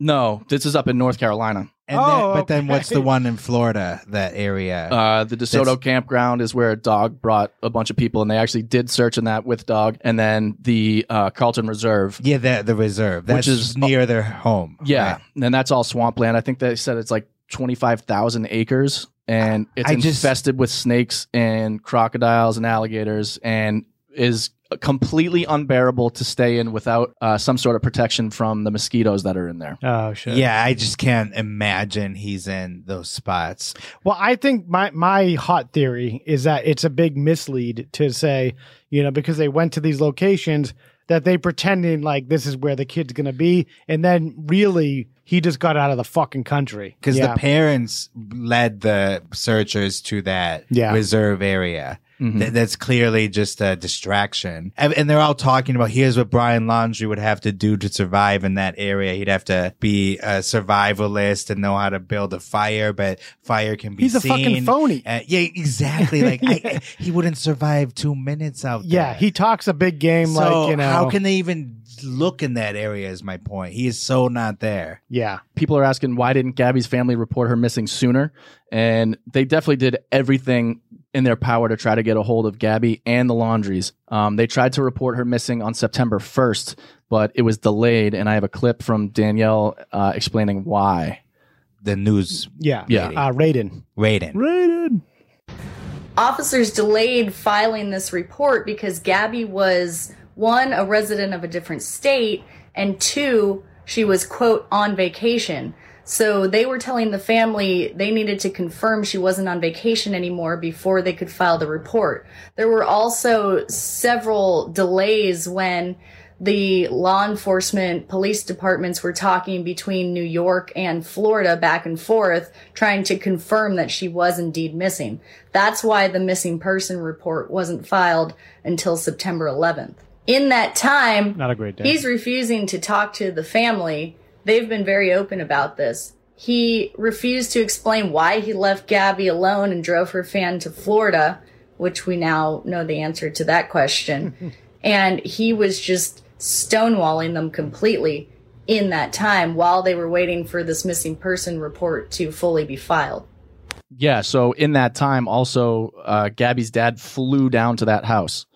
S19: no this is up in north carolina
S16: and
S20: Oh,
S16: then- but then
S20: [LAUGHS]
S16: what's the one in Florida, that area?
S19: Uh, the DeSoto
S16: That's-
S19: campground is where a dog brought a bunch of people, and they actually did search in that with dog. And then the uh, Carlton Reserve.
S16: Yeah, the, the reserve.
S19: Which
S16: That's
S19: is-
S16: near their home.
S19: Yeah, and that's all swampland. I think they said it's like twenty five thousand acres, and it's
S16: I just-
S19: infested with snakes and crocodiles and alligators, and is completely unbearable to stay in without uh, some sort of protection from the mosquitoes that are in there.
S20: Oh shit.
S16: Yeah, I just can't imagine he's in those spots.
S20: Well, I think my my hot theory is that it's a big mislead to say, you know, because they went to these locations that they pretending like this is where the kid's going to be and then really he just got out of the fucking country.
S16: because
S20: Yeah.
S16: the parents led the searchers to that
S20: Yeah.
S16: reserve area. Th- that's clearly just a distraction. And, and they're all talking about here's what Brian Laundry would have to do to survive in that area. He'd have to be a survivalist and know how to build a fire, but fire can be
S20: He's a fucking
S16: seen.
S20: phony.
S16: Uh, yeah, exactly. Like I,
S20: [LAUGHS]
S16: I- he wouldn't survive two minutes out there.
S20: Yeah, he talks a big game
S16: So
S20: like, you know.
S16: how can they even look in that area? Is my point. He is so not there.
S20: Yeah.
S19: people are asking why didn't Gabby's family report her missing sooner? And they definitely did everything in their power to try to get a hold of Gabby and the laundries. Um, they tried to report her missing on September 1st, but it was delayed. And I have a clip from Danielle uh, explaining why.
S16: The news.
S20: Yeah.
S19: Yeah.
S20: Uh, Raiden.
S16: Raiden.
S20: Raiden.
S1: Officers delayed filing this report because Gabby was one, a resident of a different state, and two, she was, quote, on vacation. So they were telling the family they needed to confirm she wasn't on vacation anymore before they could file the report. There were also several delays when the law enforcement police departments were talking between New York and Florida back and forth, trying to confirm that she was indeed missing. That's why the missing person report wasn't filed until September 11th. In that time,
S20: Not a great day.
S1: He's refusing to talk to the family. They've been very open about this. He refused to explain why he left Gabby alone and drove her fan to Florida, which we now know the answer to that
S20: [LAUGHS]
S1: question. and he was just stonewalling them completely in that time while they were waiting for this missing person report to fully be filed.
S19: Yeah. So in that time, also, uh, Gabby's dad flew down to that house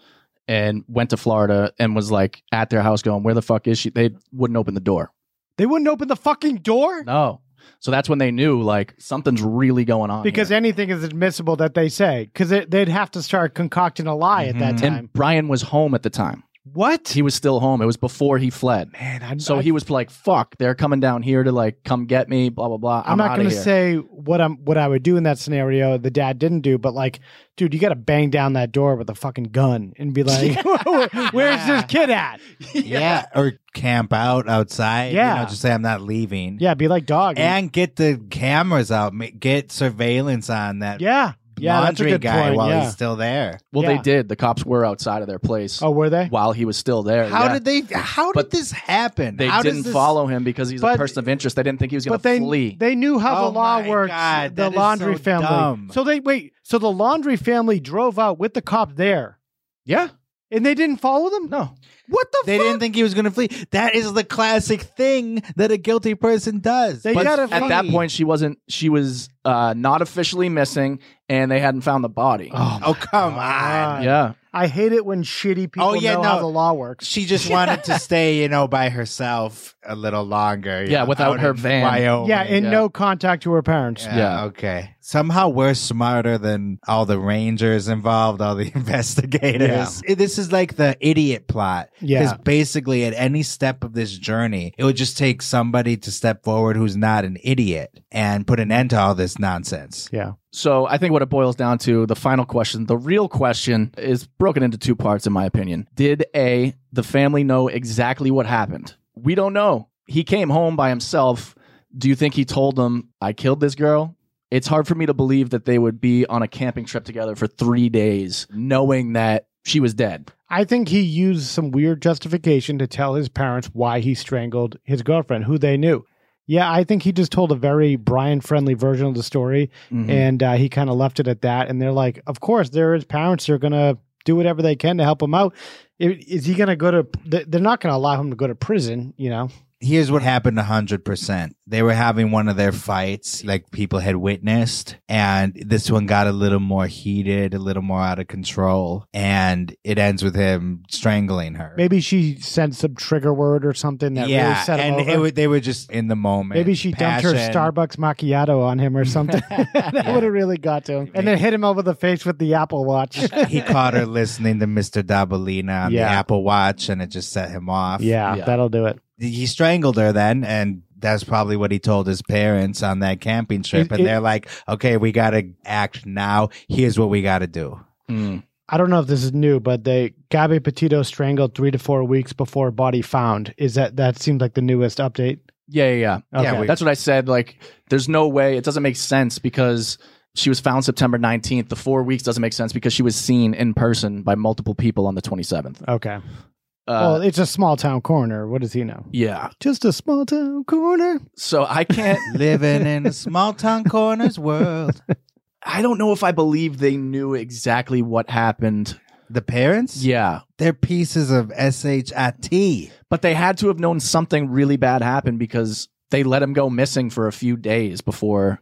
S19: and went to Florida and was like at their house going, Where the fuck is she? They wouldn't open the door.
S20: They wouldn't open the fucking door?
S19: No. So that's when they knew like something's really going on.
S20: Because anything is admissible that they say, because they'd have to start concocting a lie
S19: here.
S16: Mm-hmm.
S20: at that time.
S19: And Brian was home at the time.
S20: What?
S19: He was still home. It was before he fled.
S20: Man, I'm,
S19: so he was like, "Fuck, they're coming down here to like come get me." Blah blah blah. I'm,
S20: I'm, not
S19: outta
S20: going to
S19: here.
S20: say what I'm what I would do in that scenario. The dad didn't do, but like, dude, you got to bang down that door with a fucking gun and be [LAUGHS] like, "Where's this
S16: [LAUGHS]
S20: kid at?"
S16: Yeah, or camp out outside. you
S20: Yeah.
S16: know, just say I'm not leaving.
S20: Yeah, be like dog.
S16: and get the cameras out, ma- get surveillance on that.
S20: Yeah, yeah, that's a
S16: laundry
S20: good
S16: guy
S20: point,
S16: while
S20: yeah.
S16: he's still there.
S19: Well,
S20: Yeah.
S19: they did. The cops were outside of their place.
S20: Oh, were they?
S19: While he was still there.
S16: How
S19: yeah.
S16: did they? How did this happen?
S19: They
S16: How does
S19: didn't
S16: this-
S19: follow him because he's a
S20: But-
S19: person of interest. They didn't think he was going
S20: But
S19: to
S20: they
S19: flee.
S20: they knew how
S16: Oh
S20: the law
S16: my
S20: works.
S16: God,
S20: the
S16: that is
S20: laundry
S16: so
S20: family.
S16: dumb.
S20: So they wait. So the laundry family drove out with the cop there,
S19: yeah.
S20: and they didn't follow them.
S19: No.
S20: What the?
S16: They didn't think he was going to flee. That is the classic thing that a guilty person does.
S20: They
S16: But
S20: gotta
S16: at
S19: At that point, she wasn't. She was uh, not officially missing, and they hadn't found the body.
S20: Oh,
S16: Oh come on!
S20: God.
S19: Yeah.
S20: I hate it when shitty people
S16: Oh, yeah,
S20: know how
S16: no.
S20: the law works.
S16: She just wanted to stay, you know, by herself a little longer. you
S19: Yeah,
S16: know,
S19: without
S16: out
S19: her
S16: in
S19: van.
S16: Wyoming.
S20: yeah, and no contact to her parents.
S16: Oh Yeah,
S19: Yeah.
S16: Okay. Somehow we're smarter than all the rangers involved, all the [LAUGHS] investigators. It- This is like the idiot plot.
S20: Yeah.
S16: Because basically, at any step of this journey, it would just take somebody to step forward who's not an idiot and put an end to all this nonsense.
S20: Yeah.
S19: So I think what it boils down to, the final question, the real question is broken into two parts, in my opinion. Did A, the family know exactly what happened? We don't know. He came home by himself. Do you think he told them, I killed this girl? It's hard for me to believe that they would be on a camping trip together for three days, knowing that she was dead.
S20: I think he used some weird justification to tell his parents why he strangled his girlfriend, who they knew. Yeah, I think he just told a very Brian friendly version of the story
S19: Mhm.
S20: and uh, he kind of left it at that. And they're like, of course, they're his parents. They're going to do whatever they can to help him out. I- Is he going to go to, they- they're not going to allow him to go to prison, you know?
S16: here's what happened 100% they were having one of their fights like people had witnessed and this one got a little more heated a little more out of control and it ends with him strangling her
S20: Maybe she sent some trigger word or something that really set him
S16: and
S20: over.
S16: It, wa- they were just in the moment
S20: Maybe she dumped her
S16: Passion.
S20: Starbucks macchiato on him
S16: [LAUGHS]
S20: or something. [LAUGHS] that would have really got to him. And then hit him over the face with the Apple Watch.
S16: [LAUGHS] he caught her listening to mr dabalina on the
S20: Yeah.
S16: apple watch and it just set him off
S20: yeah,
S19: Yeah.
S20: that'll do it.
S16: he strangled her then and that's probably what he told his parents on that camping trip
S20: It-
S16: and
S20: it-
S16: they're like okay we gotta act now here's what we gotta do
S20: I don't know if this is new, but they Gabby Petito strangled three to four weeks before body found. Is that that seems like the newest update?
S19: Yeah, yeah, yeah.
S20: Okay.
S19: yeah That's what I said. Like, there's no way. It doesn't make sense because she was found September 19th. The four weeks doesn't make sense because she was seen in person by multiple people on the 27th.
S20: Okay.
S19: Uh,
S20: well, it's a small town corner. What does he know?
S19: yeah.
S20: Just a small town corner.
S19: So I can't.
S16: [LAUGHS] living in a small town corner's world.
S19: I don't know if I believe they knew exactly what happened.
S16: The parents?
S19: Yeah.
S16: They're pieces of SHIT.
S19: But they had to have known something really bad happened because they let him go missing for a few days before.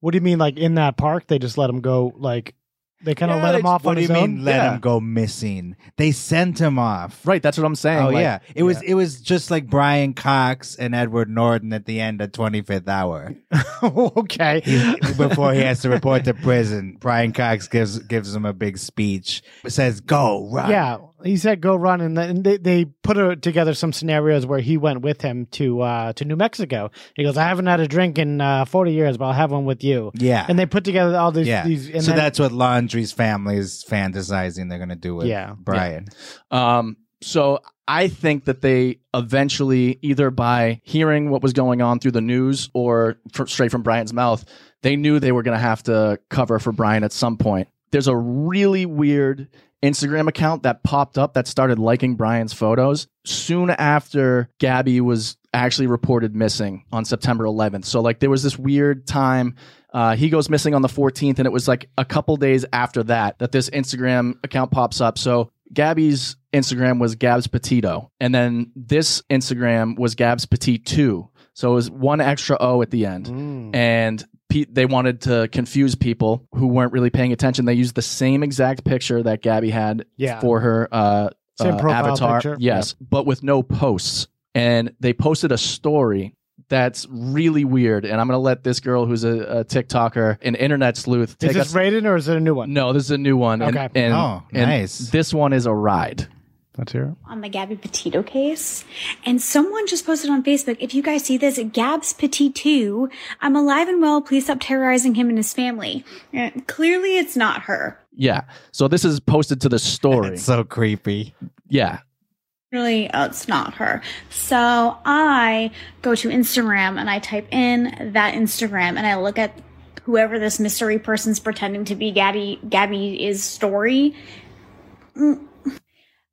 S20: What do you mean? Like in that park, they just let him go? Like they kind of
S19: Yeah,
S20: let
S19: they
S20: him
S19: just-
S20: off
S16: What
S20: on
S16: do you
S20: his
S16: mean
S20: own?
S16: let
S19: Yeah.
S16: him go missing? They sent him off.
S19: Right. That's what I'm saying.
S16: Oh
S19: Like,
S16: yeah. It was it was just like Brian Cox and Edward Norton at the end of 25th hour.
S20: [LAUGHS] okay.
S16: [LAUGHS] Before he has to report to prison, Brian Cox gives gives him a big speech. Says go run.
S20: Yeah, he said go run, and then they, they put uh together some scenarios where he went with him to uh, to New Mexico. He goes, "I haven't had a drink in uh, forty years, but I'll have one with you."
S16: Yeah.
S20: and they put together all these.
S16: Yeah.
S20: these and
S16: so
S20: then-
S16: that's what Laundry's family is fantasizing they're going to do with
S20: Yeah.
S16: Brian.
S19: Um, so I think that they eventually, either by hearing what was going on through the news or fr- straight from Brian's mouth, they knew they were going to have to cover for Brian at some point. There's a really weird Instagram account that popped up that started liking Brian's photos soon after Gabby was actually reported missing on September 11th. So like there was this weird time. Uh, he goes missing on the 14th, and it was like a couple days after that that this Instagram account pops up. So Gabby's Instagram was Gabs Petito, and then this Instagram was Gabs Petit 2. So it was one extra O at the end.
S20: Mm.
S19: And pe- they wanted to confuse people who weren't really paying attention. They used the same exact picture that Gabby had
S20: Yeah.
S19: for her uh,
S20: Same
S19: uh,
S20: profile
S19: avatar.
S20: picture.
S19: Yes, but with no posts. And they posted a story that's really weird. And I'm going to let this girl who's a, a TikToker, an internet sleuth, take
S20: Is
S19: us
S20: this Raiden or is it a new one?
S19: no, this is a new one. and-
S20: Okay.
S19: and-
S20: Oh,
S19: and
S20: nice.
S19: This one is a ride.
S20: Let's hear
S2: on the Gabby Petito case. And someone just posted on Facebook, if you guys see this, Gabs Petit 2, I'm alive and well. Please stop terrorizing him and his family. Uh, clearly, it's not her.
S19: Yeah. So this is posted to the story. it's
S16: so creepy.
S19: Yeah.
S2: Really, uh, it's not her. So I go to Instagram and I type in that Instagram and I look at whoever this mystery person's pretending to be Gabby Gabby is story. Mm.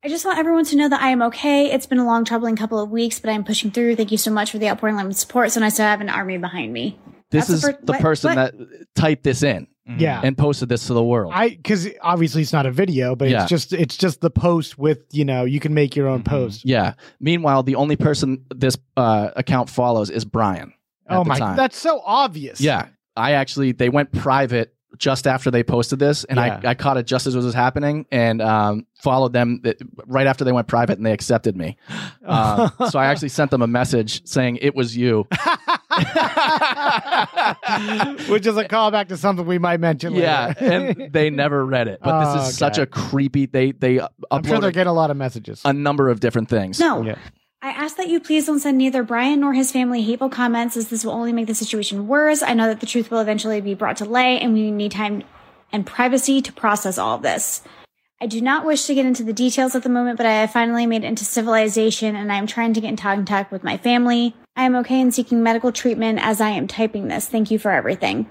S2: I just want everyone to know that I am okay. It's been a long, troubling couple of weeks, but I'm pushing through. Thank you so much for the outpouring love and support. So nice to have an army behind me.
S19: This
S2: That's
S19: is
S2: fir-
S19: the
S2: what-
S19: person
S2: what-
S19: that typed this in.
S20: Yeah.
S19: And posted this to the world.
S20: I because obviously it's not a video, but
S19: Yeah. Mm-hmm.
S20: it's just it's just the post with you know you can make your own post.
S19: yeah. Meanwhile, the only person this uh, account follows is Brian. at
S20: Oh
S19: the
S20: my,
S19: time.
S20: that's so obvious.
S19: Yeah. I actually, they went private just after they posted this, and
S20: Yeah.
S19: I, I caught it just as it was happening and um, followed them th- right after they went private and they accepted
S20: [LAUGHS]
S19: me. Um, so I actually sent them a message saying it was
S20: [LAUGHS]
S19: you.
S20: which is a callback to something we might mention.
S19: yeah.
S20: later.
S19: And they never read it. But this
S20: Oh,
S19: is such
S20: okay.
S19: a creepy, they, they uploaded
S20: I'm sure they're getting a lot of messages.
S19: a number of different things.
S2: No. I ask that you please don't send neither Brian nor his family hateful comments, as this will only make the situation worse. I know that the truth will eventually be brought to light, and we need time and privacy to process all of this. I do not wish to get into the details at the moment, but I have finally made it into civilization, and I am trying to get in contact with my family. I am okay and seeking medical treatment as I am typing this. Thank you for everything.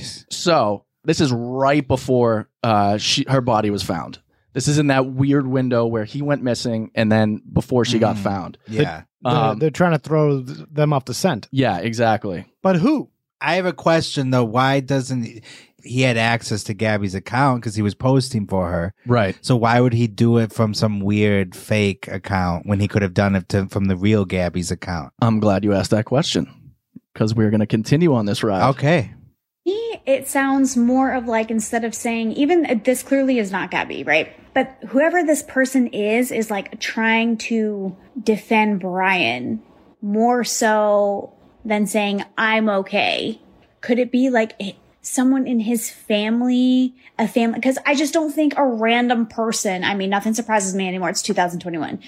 S19: So this is right before uh, she, her body was found. This is in that weird window where he went missing and then before she got found.
S20: yeah. They're,
S19: Um,
S20: they're trying to throw th- them off the scent.
S19: yeah, exactly.
S20: But who?
S16: I have a question though. Why doesn't he had access to Gabby's account because he was posting for her?
S19: Right.
S16: So why would he do it from some weird fake account when he could have done it to, from the real Gabby's account?
S19: I'm glad you asked that question because we're going to continue on this ride.
S16: Okay.
S2: me, it sounds more of like instead of saying, even this clearly is not Gabby, right? But whoever this person is, is like trying to defend Brian more so than saying, I'm okay. Could it be like eh, someone in his family, a family? Because I just don't think a random person, I mean, nothing surprises me anymore. It's 2021.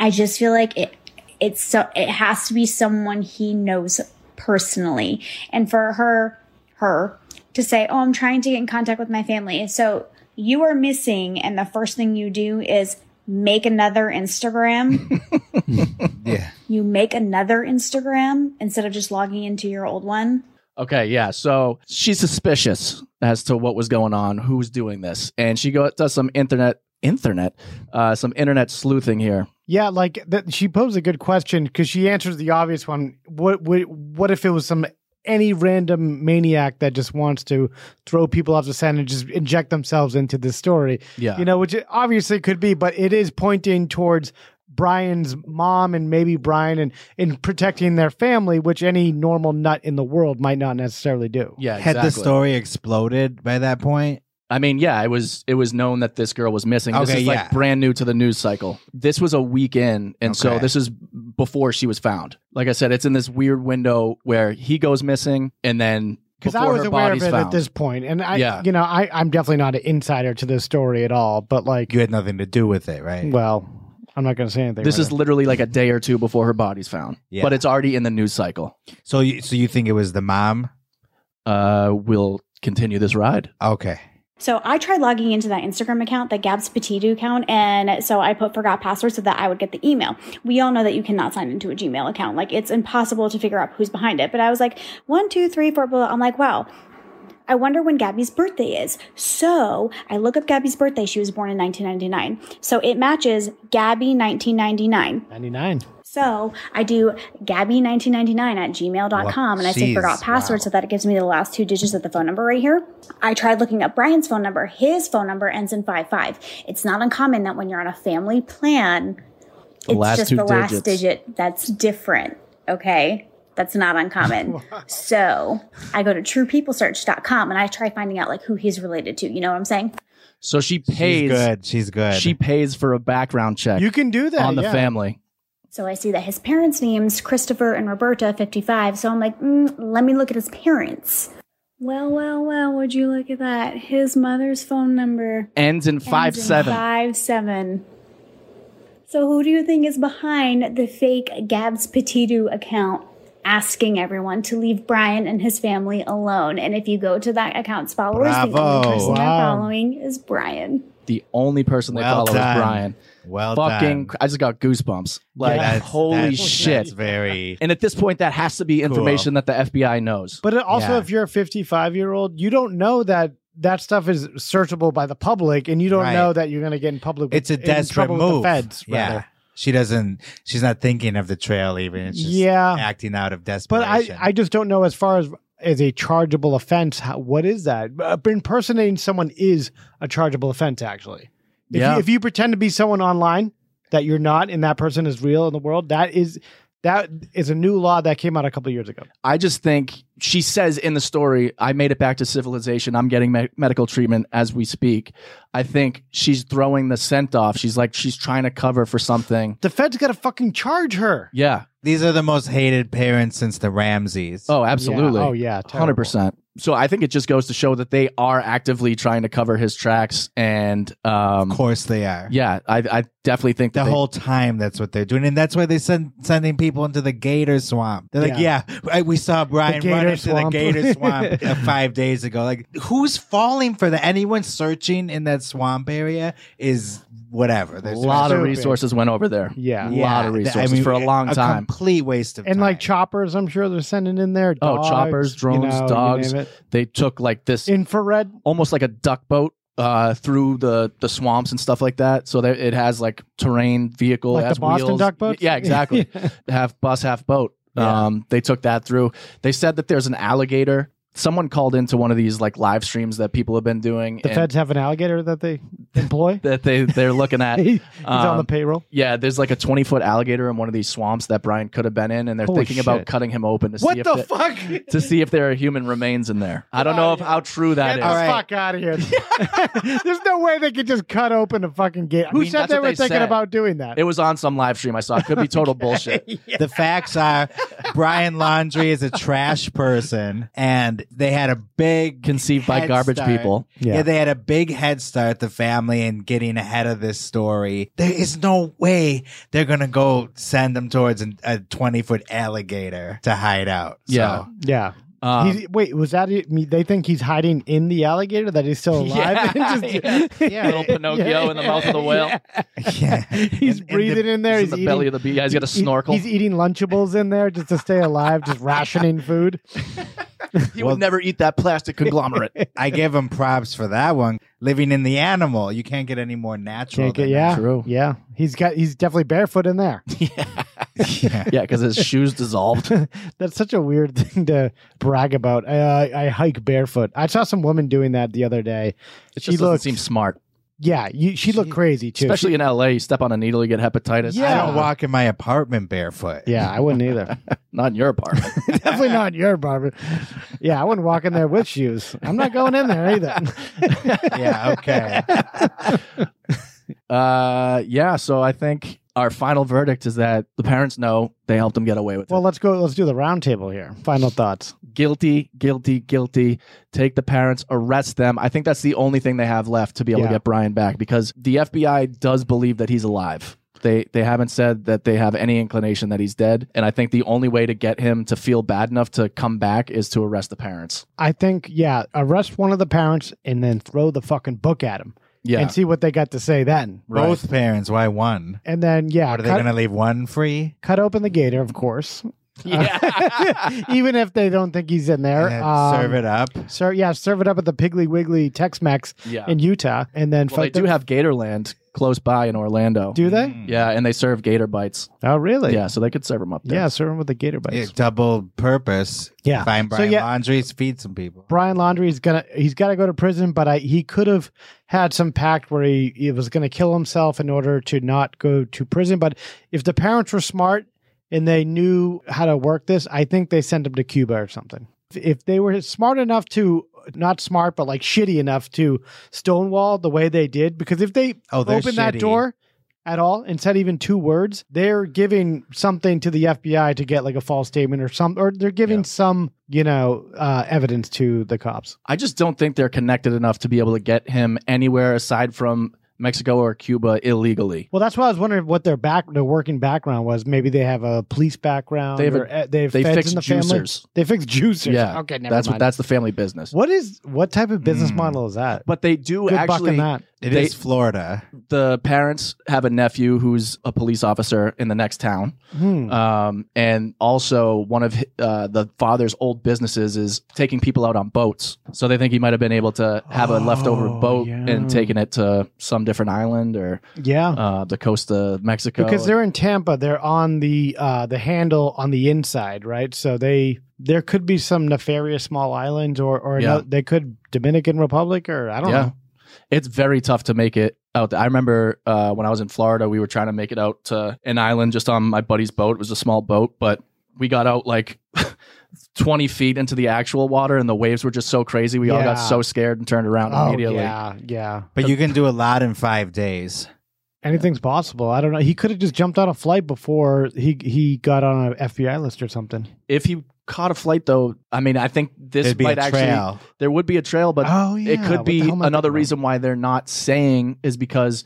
S2: I just feel like it it's so it has to be someone he knows personally. And for her her to say, "Oh, I'm trying to get in contact with my family." So you are missing and the first thing you do is make another Instagram.
S16: yeah.
S2: You make another Instagram instead of just logging into your old one.
S19: Okay, yeah. So she's suspicious as to what was going on, who's doing this, and she go, does some internet, internet, uh, some internet sleuthing here.
S20: Yeah, like that. She posed a good question because she answers the obvious one. What, what what if it was some any random maniac that just wants to throw people off the scent and just inject themselves into this story?
S19: Yeah.
S20: you know, which it obviously could be, but it is pointing towards Brian's mom and maybe Brian and in protecting their family, which any normal nut in the world might not necessarily do.
S19: Yeah,
S16: Had the
S19: exactly.
S16: story exploded by that point?
S19: I mean, yeah, it was it was known that this girl was missing. this
S16: Okay,
S19: is
S16: yeah.
S19: like brand new to the news cycle. This was a week in, and so
S16: Okay.
S19: this is before she was found. Like I said, it's in this weird window where he goes missing, and then
S20: Because
S19: before
S20: I was
S19: her
S20: aware of
S19: body's
S20: it
S19: found.
S20: at this point, and I,
S19: Yeah.
S20: you know, I, I'm definitely not an insider to this story at all. But like,
S16: You had nothing to do with it, right?
S20: well, I'm not going to say anything.
S19: This
S20: right
S19: is literally like a day or two before her body's found,
S16: Yeah.
S19: but it's already in the news cycle.
S16: So you, so you think it was the mom?
S19: Uh, we'll continue this ride.
S16: Okay.
S2: So I tried logging into that Instagram account, that Gabs Petito account, and so I put forgot password so that I would get the email. We all know that you cannot sign into a Gmail account. Like it's impossible to figure out who's behind it. But I was like, one, two, three, four, blah. blah. I'm like, wow. I wonder when Gabby's birthday is. So I look up Gabby's birthday. She was born in 1999. So it matches Gabby 1999.
S20: now. 99.
S2: So I do Gabby1999 at gmail.com
S5: Wow.
S2: and I say
S5: Jeez,
S2: forgot password so that it gives me the last two digits of the phone number right here. I tried looking up Brian's phone number. His phone number ends in five five. It's not uncommon that when you're on a family plan,
S19: The
S2: it's
S19: last
S2: just
S19: two
S2: the last
S19: digits.
S2: digit that's different. Okay. That's not uncommon. so I go to truepeoplesearch.com and I try finding out like who he's related to. You know what I'm saying?
S19: So she pays.
S16: good. She's good.
S19: She pays for a background check.
S20: You can do that,
S19: on the
S20: yeah.
S19: family.
S2: So I see that his parents' names Christopher and Roberta, 55. So I'm like, mm, let me look at his parents. Well, well, well, would you look at that? His mother's phone number
S19: Ends in five seven.
S2: Five seven. So who do you think is behind the fake Gabs Petito account asking everyone to leave Brian and his family alone? And if you go to that account's followers, the only
S19: Bravo.
S2: person
S19: Wow.
S2: they're following is Brian.
S19: the only person they
S16: Well
S19: follow
S16: done.
S19: is Brian.
S16: Well
S19: fucking!
S16: done.
S19: cr- I just got goosebumps. Like
S16: That's-
S19: holy
S16: that's-
S19: shit!
S16: that's very.
S19: and at this point, that has to be information that the FBI knows.
S20: But it- also,
S19: Yeah.
S20: if you're a 55 year old, you don't know that that stuff is searchable by the public, and you don't
S16: Right.
S20: know that you're going to get in public.
S16: It's a
S20: in
S16: desperate
S20: trouble with
S16: move.
S20: The feds,
S16: yeah.
S20: rather.
S16: She doesn't. She's not thinking of the trail even. It's just
S20: Yeah.
S16: acting out of
S20: But
S16: desperation.
S20: I, I just don't know as far as as a chargeable offense. How, what is that? Uh, impersonating someone is a chargeable offense, actually. If,
S19: Yeah.
S20: you, if you pretend to be someone online that you're not, and that person is real in the world, that is that is a new law that came out a couple years ago.
S19: I just think she says in the story, I made it back to civilization. I'm getting me- medical treatment as we speak. I think she's throwing the scent off. She's like, she's trying to cover for something.
S20: The feds got to fucking charge her.
S19: Yeah.
S16: These are the most hated parents since the Ramses.
S19: Oh, absolutely.
S20: Oh, yeah,
S19: Hundred percent. So I think it just goes to show that they are actively trying to cover his tracks, and um, of
S16: course they are.
S19: Yeah, I, I definitely think that
S16: The
S19: they-
S16: whole time, that's what they're doing, and that's why they send sending people into the gator swamp. They're like,
S19: Yeah.
S16: "Yeah, right, we saw Brian
S19: gator
S16: run into
S19: swamp.
S16: the
S19: [LAUGHS]
S16: gator swamp uh, five days ago." Like, who's falling for that? Anyone searching in that swamp area is whatever.
S19: a
S16: There's
S19: lot of resources went over there.
S20: Yeah,
S19: a lot of resources for a long time.
S16: complete waste of
S20: and like choppers, I'm sure they're sending in there.
S19: Oh,
S20: dogs,
S19: choppers,
S20: you
S19: drones,
S20: know, you
S19: dogs.
S20: name it.
S19: They took like this
S20: infrared,
S19: almost like a duck boat uh, through the the swamps and stuff like that. So that it has like terrain vehicle,
S20: Like
S19: it
S20: the
S19: has
S20: Boston
S19: wheels.
S20: duck boats?
S19: Yeah,
S20: [LAUGHS]
S19: exactly. half bus, half boat. Um, they took that through. They said that there's an alligator. Someone called into one of these like live streams that people have been doing.
S20: The
S19: and-
S20: feds have an alligator that
S19: [LAUGHS]
S20: they employ. [LAUGHS]
S19: that they they're looking at.
S20: He- [LAUGHS] he's on the
S19: Um,
S20: payroll.
S19: Yeah, there's like a 20 foot alligator in one of these swamps that Brian could have been in, and they're
S20: Holy
S19: thinking about
S20: shit.
S19: cutting him open to
S20: What
S19: see
S20: the
S19: if
S20: fuck?
S19: to see if there are human remains in there. I don't know if, how true that
S20: Get
S19: is.
S20: the fuck out of here. [LAUGHS] There's no way they could just cut open a fucking gate. Who
S19: mean,
S20: said
S19: that's
S20: they
S19: what
S20: were
S19: they
S20: thinking
S19: said.
S20: about doing that?
S19: It was on some live stream I saw. It could be [LAUGHS] total bullshit.
S16: The facts are Brian Laundry is a trash person, and they had a big
S19: conceived by garbage people.
S16: Yeah.
S19: Yeah.
S16: they had a big head start the family in getting ahead of this story. There is no way they're gonna go send them towards an, a twenty foot alligator to hide out. So.
S19: Yeah.
S20: Yeah.
S19: Um,
S20: He's- wait, was that it? Me- They think he's hiding in the alligator that
S19: [LAUGHS]
S20: he's still alive. [LAUGHS]
S19: Yeah,
S20: Just-
S19: yeah, little Pinocchio
S20: [LAUGHS] yeah,
S19: in the [LAUGHS] mouth of the whale.
S20: [LAUGHS] he's breathing in there.
S19: he's
S20: He's
S19: in the belly
S20: eating-
S19: of the bee. Yeah, he's got a
S20: he-
S19: snorkel.
S20: He's eating Lunchables in there just to stay alive,
S19: [LAUGHS]
S20: just rationing food.
S19: He would never eat that plastic [LAUGHS] conglomerate.
S16: I give him props for that one. Living in the animal, you can't get any more natural.
S20: Can't get-
S16: than
S20: yeah,
S16: that.
S20: yeah. He's got. He's definitely barefoot in there.
S19: yeah, because his shoes [LAUGHS] dissolved.
S20: [LAUGHS] That's such a weird thing to brag about. I, uh, I, I hike barefoot. I saw some woman doing that the other day.
S19: It just doesn't seem smart.
S20: Yeah, you, she looked crazy too.
S19: Especially in LA, you step on a needle, you get hepatitis.
S20: Yeah. I don't
S16: walk in my apartment barefoot.
S20: She- yeah, I
S19: [LAUGHS]
S20: wouldn't either. [LAUGHS]
S19: Not in your [LAUGHS] apartment.
S20: definitely not your barber. Yeah, I wouldn't walk in there with shoes. I'm not going in
S19: [LAUGHS]
S20: there either.
S16: [LAUGHS]
S20: [LAUGHS]
S16: yeah. Okay.
S19: Uh, yeah. So I think our final verdict is that the parents know they helped him get away with
S20: Well, let's go. Let's do the roundtable here. Final thoughts.
S19: it. Guilty, guilty, guilty. Take the parents, arrest them. I think that's the only thing they have left to be able
S20: Yeah.
S19: to get Brian back because the FBI does believe that he's alive. They they haven't said that they have any inclination that he's dead, and I think the only way to get him to feel bad enough to come back is to arrest the parents.
S20: I think yeah, arrest one of the parents and then throw the fucking book at him.
S19: Yeah.
S20: and see what they got to say then.
S16: Both parents. Why one?
S20: and then yeah,
S16: What, are they
S20: cut-
S16: going to leave one free?
S20: cut open the gator, of course. Yeah. [LAUGHS] Even if they don't think he's in there, um,
S16: serve it up.
S20: Sir, yeah, serve it up at the Piggly Wiggly Tex-Mex
S19: Yeah.
S20: in Utah, and then
S19: Well, they
S20: fight the-
S19: do have Mm. Gatorland close by in Orlando.
S20: Do they?
S19: Yeah, and they serve gator bites.
S20: Oh, really?
S19: Yeah, so they could serve them up there.
S20: Yeah, serve them with the gator bites.
S16: Yeah, double purpose.
S20: Yeah.
S16: Find
S20: So,
S16: Brian
S20: yeah-
S16: Laundries, feed some people.
S20: Brian Laundrie's gonna he's got to go to prison, but I, he could have had some pact where he, he was gonna kill himself in order to not go to prison. But if the parents were smart and they knew how to work this, I think they sent him to Cuba or something. If, if they were smart enough to not smart, but like shitty enough to stonewall the way they did, because if they
S16: Oh, they're
S20: opened that
S16: shitty.
S20: door at all and said even two words, they're giving something to the FBI to get like a false statement or some, or they're giving some, you know, uh, evidence to the cops.
S19: I just don't think they're connected enough to be able to get him anywhere aside from Mexico or Cuba illegally.
S20: Well, that's why I was wondering what their back, their working background was. Maybe they have a police background.
S19: They have a-
S20: or, uh, they have
S19: they
S20: feds
S19: fix
S20: in the family.
S19: juicers.
S20: They fix juicers.
S19: Yeah,
S20: Okay. Never
S19: that's
S20: mind.
S19: what that's the Hmm. family business.
S20: what is what type of business model is that?
S19: But they do
S20: Good buck
S19: actually.
S20: in that.
S19: They,
S20: It is
S16: Florida.
S19: The parents have a nephew who's a police officer in the next town,
S20: Hmm.
S19: um, and also one of hi- uh, the father's old businesses is taking people out on boats. So they think he might have been able to have a leftover
S20: Oh,
S19: boat and taking it to some different island or
S20: Yeah.
S19: uh, the coast of Mexico.
S20: because they're in Tampa, they're on the uh, the handle on the inside, right? So they there could be some nefarious small island, or or
S19: Yeah.
S20: no, they could Dominican Republic, or I don't know.
S19: It's very tough to make it out. there. I remember uh, when I was in Florida, we were trying to make it out to an island just on my buddy's boat. It was a small boat, but we got out like [LAUGHS] 20 feet into the actual water, and the waves were just so crazy. We all
S20: Yeah.
S19: got so scared and turned around
S20: Oh
S19: immediately.
S20: yeah, yeah.
S16: But you can do a lot in five days.
S20: Anything's possible. I don't know. He could have just jumped on a flight before he he got on an FBI list or something.
S19: If he caught a flight, though, I mean, I think this
S16: There'd be a
S19: might actually
S16: trail.
S19: there would be a trail, but
S20: Oh, yeah.
S19: it could
S20: What the
S19: be
S20: hell am I
S19: another
S20: thinking about?
S19: reason why they're not saying is because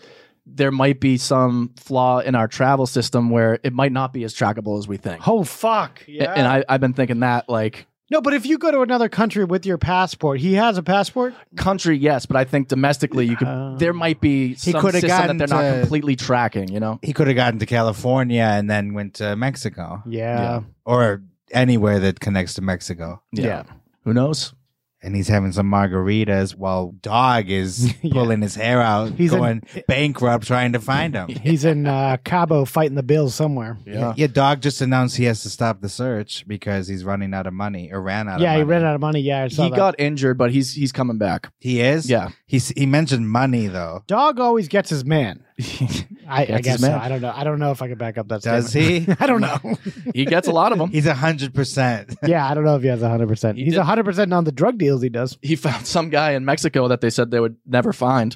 S19: there might be some flaw in our travel system where it might not be as trackable as we think.
S20: Oh fuck!
S19: A- And I, I've been thinking that like
S20: no, but if you go to another country with your passport, he has a passport.
S19: country, yes, but I think domestically you could there might be
S16: He
S19: some
S16: coulda
S19: system that
S16: gotten
S19: they're not
S16: to-
S19: completely tracking, you know?
S16: He could have gotten to California and then went to Mexico.
S20: Yeah.
S16: Or anywhere that connects to Mexico.
S19: Yeah. Who knows?
S16: And he's having some margaritas while dog is pulling his hair out,
S20: He's in-
S16: going bankrupt trying to find
S20: [LAUGHS]
S16: him.
S20: He's in uh, Cabo fighting the bills somewhere.
S16: Yeah. dog just announced he has to stop the search because he's running out of money or ran out
S20: yeah.
S16: of
S20: He
S16: money.
S20: ran out of money. Yeah, I saw
S19: He
S20: that.
S19: got injured, but he's he's coming back.
S16: He is?
S19: Yeah.
S16: He's, he mentioned money, though.
S20: Dog always gets
S16: [LAUGHS]
S20: his man. I,
S16: Gets
S20: I
S16: his
S20: guess so.
S16: man.
S20: I don't know. I don't know if I can back up that.
S16: Does
S20: statement.
S16: he?
S20: [LAUGHS] I don't know.
S19: he gets a lot of
S20: [LAUGHS]
S19: them.
S16: He's [LAUGHS] 100%.
S20: yeah, I don't know if he has hundred percent. He's
S19: did-
S20: hundred percent on the drug deals he does.
S19: He found some guy in Mexico that they said they would never find.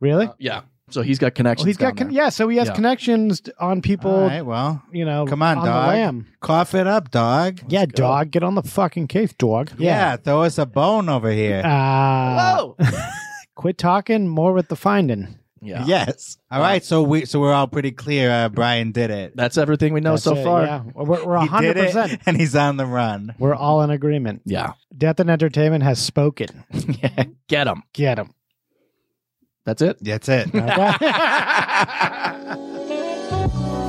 S20: Really?
S19: Yeah. So he's got connections.
S20: Oh, he's
S19: down
S20: got con-
S19: there.
S20: yeah. So he has
S19: Yeah.
S20: connections t- on people.
S16: All right, well,
S20: you know,
S16: come on,
S20: on the
S16: dog.
S20: lam.
S16: Cough it up, dog.
S20: yeah, dog, get on the fucking case, dog.
S16: Yeah. throw us a bone over here.
S20: Uh,
S19: Whoa.
S20: [LAUGHS]
S19: [LAUGHS]
S20: quit talking. More with the finding.
S19: Yeah.
S16: Yes. All right. So we so we're all pretty clear. Uh, Brian did it.
S19: That's everything we know
S20: That's
S19: so
S20: it,
S19: far.
S20: yeah. We're, we're
S16: He did it,
S20: 100%.
S16: and he's on the run.
S20: We're all in agreement.
S19: Yeah.
S20: Death and Entertainment has
S16: [LAUGHS]
S20: spoken.
S19: yeah. Get him.
S20: Get him.
S19: That's it.
S16: That's it.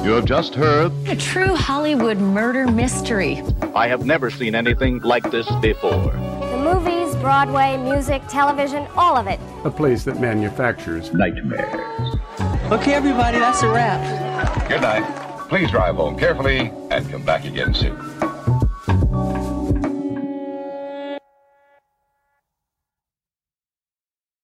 S5: You have just heard.
S23: A true Hollywood murder mystery.
S5: I have never seen anything like this before.
S24: The movies, Broadway, music, television, all of it.
S25: A place that manufactures nightmares.
S13: Okay, everybody, that's a wrap.
S8: Good night. Please drive home carefully and come back again soon.